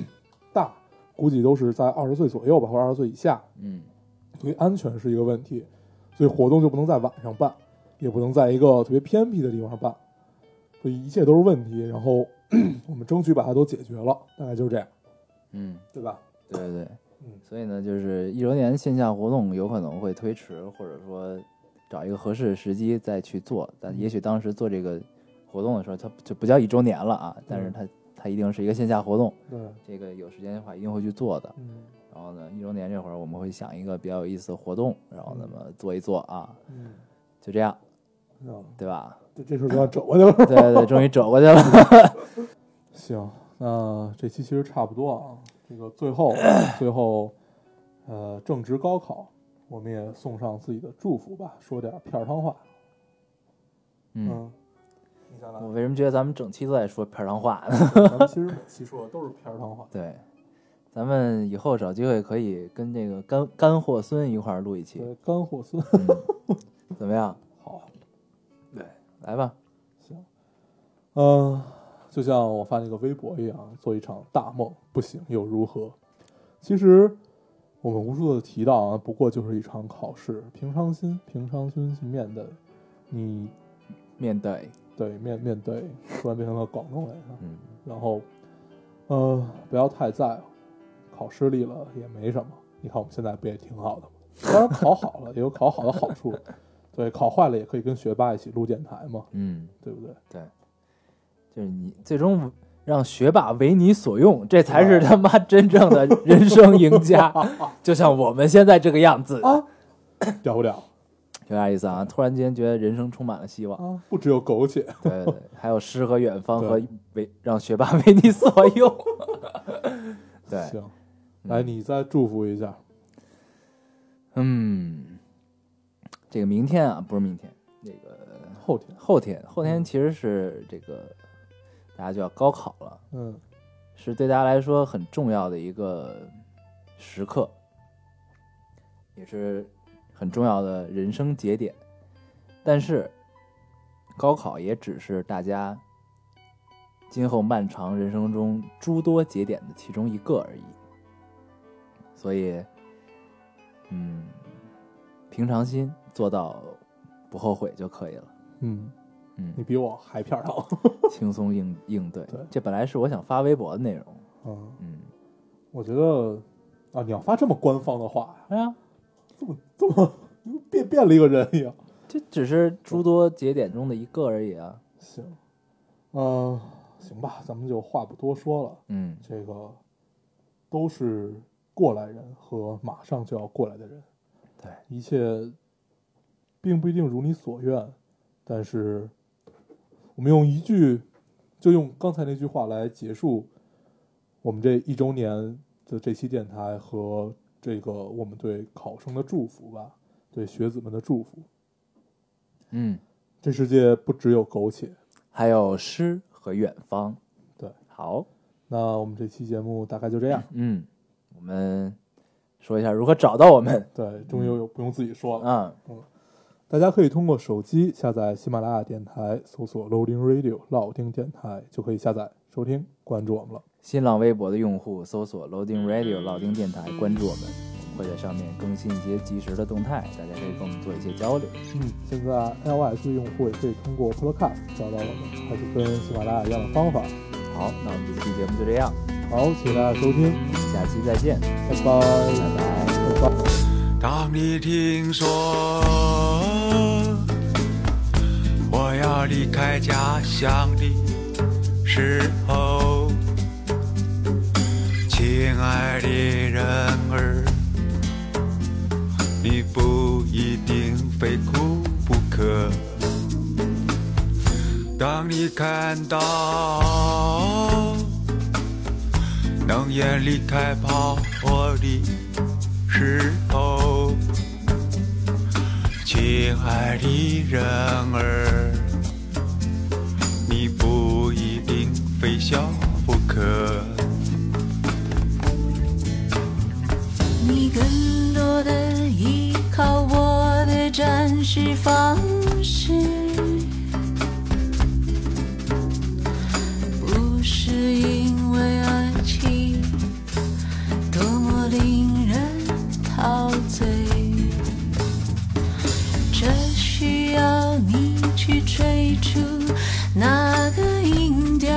Speaker 2: 大，估计都是在二十岁左右吧，或者二十岁以下。
Speaker 1: 嗯，
Speaker 2: 所以安全是一个问题，所以活动就不能在晚上办，也不能在一个特别偏僻的地方办，所以一切都是问题。然后我们争取把它都解决了，大概就是这样，
Speaker 1: 嗯，
Speaker 2: 对吧？
Speaker 1: 对对对，
Speaker 2: 嗯
Speaker 1: 所以呢，就是一周年线下活动有可能会推迟，或者说找一个合适的时机再去做。但
Speaker 2: 嗯
Speaker 1: 也许当时做这个活动的时候，它就不叫一周年了啊，但是它
Speaker 2: 嗯
Speaker 1: 它一定是一个线下活动，
Speaker 2: 对，
Speaker 1: 这个有时间的话一定会去做的。
Speaker 2: 嗯
Speaker 1: 然后呢，一周年这会儿我们会想一个比较有意思的活动，然后那么做一做啊，
Speaker 2: 嗯，
Speaker 1: 就这样，
Speaker 2: 那
Speaker 1: 对吧？
Speaker 2: 这这事儿就算整过去了。
Speaker 1: 对对，对终于折过去了。
Speaker 2: 行，那这期其实差不多啊。这个最 后最后，呃，正值高考，我们也送上自己的祝福吧，说点片儿汤话。
Speaker 1: 嗯，，
Speaker 2: 你想来
Speaker 1: 我，为什么觉得咱们整期都在说片儿上话 呢？。
Speaker 2: 咱 们其实每期说的都是片儿汤话
Speaker 1: 对，咱们以后找机会可以跟这个干干货孙一块儿录一期，嗯
Speaker 2: 对，干货孙，
Speaker 1: 怎么 样？
Speaker 2: 好。啊
Speaker 1: 来吧，
Speaker 2: 行，嗯，就像我发那个微博一样，做一场大梦不行又如何？其实我们无数的提到啊，不过就是一场考试，平常心，平常心去面对。你
Speaker 1: 面对，
Speaker 2: 对面面对，突然变成了广东人啊，
Speaker 1: 嗯
Speaker 2: 然后，呃，不要太在乎，考失利了也没什么。你看我们现在不也挺好的吗？当然考好了也有考好的好处，对，考坏了也可以跟学霸一起录电台嘛，
Speaker 1: 嗯，
Speaker 2: 对不对？
Speaker 1: 对，就是你最终让学霸为你所用，这才是
Speaker 2: 是吧
Speaker 1: 他妈真正的人生赢 家。就像我们现在这个样子，
Speaker 2: 啊，屌不屌
Speaker 1: 有点意思啊！突然间觉得人生充满了希 望，
Speaker 2: 啊？不只有苟且，
Speaker 1: 对对对，还有诗和远方和
Speaker 2: 对
Speaker 1: 为让学霸为你所用。 对，
Speaker 2: 行，来，你再祝福一下。
Speaker 1: 嗯，这个明天啊，不是明天，那个
Speaker 2: 嗯后天，
Speaker 1: 后天，后
Speaker 2: 嗯
Speaker 1: 天其实是这个大家就要高考了，
Speaker 2: 嗯，
Speaker 1: 是对大家来说很重要的一个时刻，也是很重要的人生节点。但是，高考也只是大家今后漫长人生中诸多节点的其中一个而已。所以，嗯，平常心做到不后悔就可以了。
Speaker 2: 嗯，
Speaker 1: 嗯，
Speaker 2: 你比我还漂亮。
Speaker 1: 轻松应应对
Speaker 2: 对。
Speaker 1: 这本来是我想发微博的内容。
Speaker 2: 嗯，
Speaker 1: 嗯，
Speaker 2: 我觉得啊，你要发这么官方的话呀，
Speaker 1: 哎呀，
Speaker 2: 这么这么变变了一个人一样。
Speaker 1: 这只是诸多节点中的一个而已啊。
Speaker 2: 行，嗯，行吧，咱们就话不多说了。
Speaker 1: 嗯，
Speaker 2: 这个都是过来人和马上就要过来的人，
Speaker 1: 对，
Speaker 2: 一切并不一定如你所愿，但是我们用一句，就用刚才那句话来结束我们这一周年的这期电台和这个我们对考生的祝福吧，对学子们的祝福。
Speaker 1: 嗯，
Speaker 2: 这世界不只有苟且，
Speaker 1: 还有诗和远方。
Speaker 2: 对，
Speaker 1: 好，
Speaker 2: 那我们这期节目大概就这样。
Speaker 1: 嗯，我们说一下如何找到我们
Speaker 2: 对，终于有不用自己说了。
Speaker 1: 啊。
Speaker 2: 大家可以通过手机下载喜马拉雅电台，搜索 Loading Radio 老丁电台，就可以下载收听，关注我们了。
Speaker 1: 新浪微博的用户搜索 Loading Radio 老丁电台，关注我们，我们会在上面更新一些及时的动态，大家可以跟我们做一些交流。
Speaker 2: 嗯，现在 iOS 用户也可以通过 Podcast 找到我们，还是跟喜马拉雅一样的方法。
Speaker 1: 好，那我们这期节目就这样，
Speaker 2: 好，谢谢大家收听，
Speaker 1: 下期再见，
Speaker 2: 拜拜，
Speaker 1: 拜拜。
Speaker 2: 拜拜。
Speaker 3: 当你听说我要离开家乡的时候，亲爱的人儿，你不一定非哭不可。当你看到能源离开泡沫的时候，亲爱的人儿，你不一定非笑不可。
Speaker 4: 你更多的依靠我的展示方式，不是因为爱情多么令人陶醉，这需要你去追逐那个音调。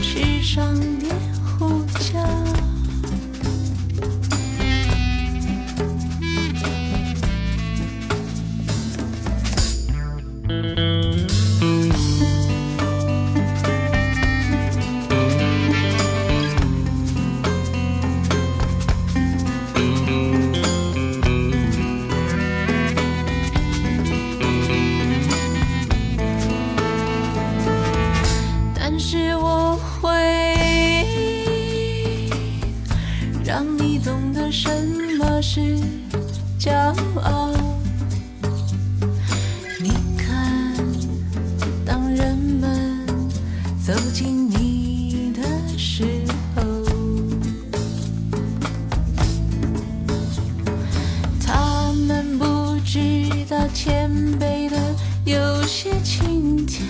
Speaker 4: 吃上点胡椒。但是我会让你懂得什么是骄傲。你看，当人们走进你的时候，他们不知道谦卑的有些轻佻。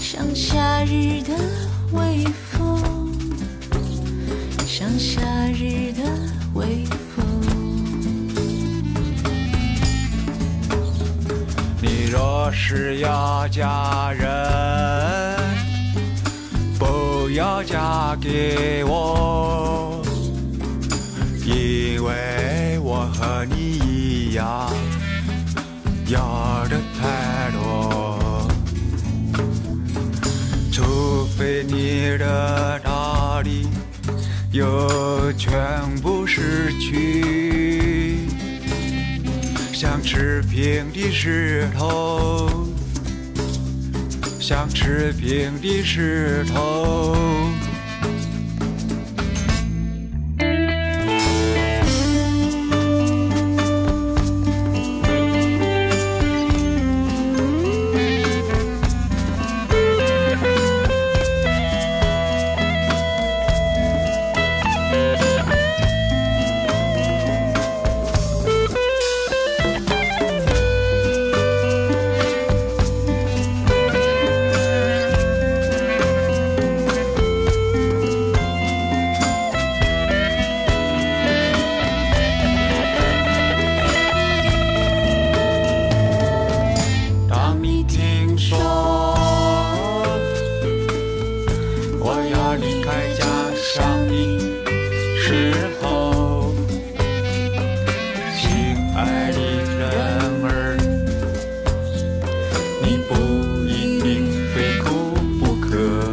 Speaker 4: 像夏日的微风，像夏日的微风。
Speaker 3: 你若是要嫁人，不要嫁给我，因为我和你一样，要的太多。除非你的大力又全部失去。像持平的石头，像持平的石头。当你听说我要离开家乡的时候，亲爱的人儿，你不一定非哭不可。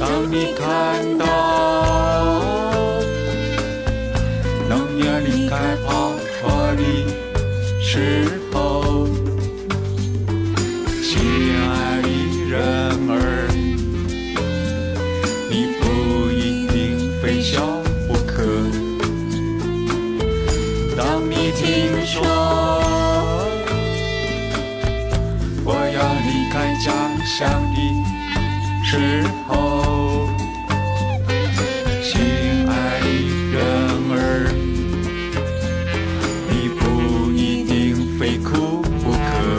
Speaker 3: 当你看到能源离开泡泡的。时候，亲爱的人儿，你不一定非笑不可。当你听说我要离开家乡的时候，亲爱的人儿。你不一定非哭不可。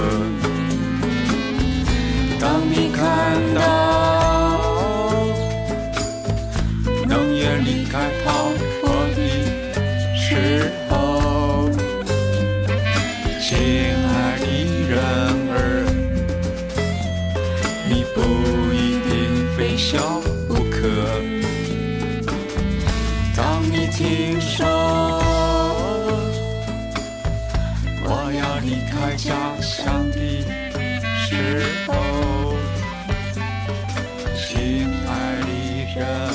Speaker 3: 当你看到能也离开泡沫的时候，亲爱的人儿，你不一定非笑不可。当你听说。我要离开家乡的时候，亲爱的生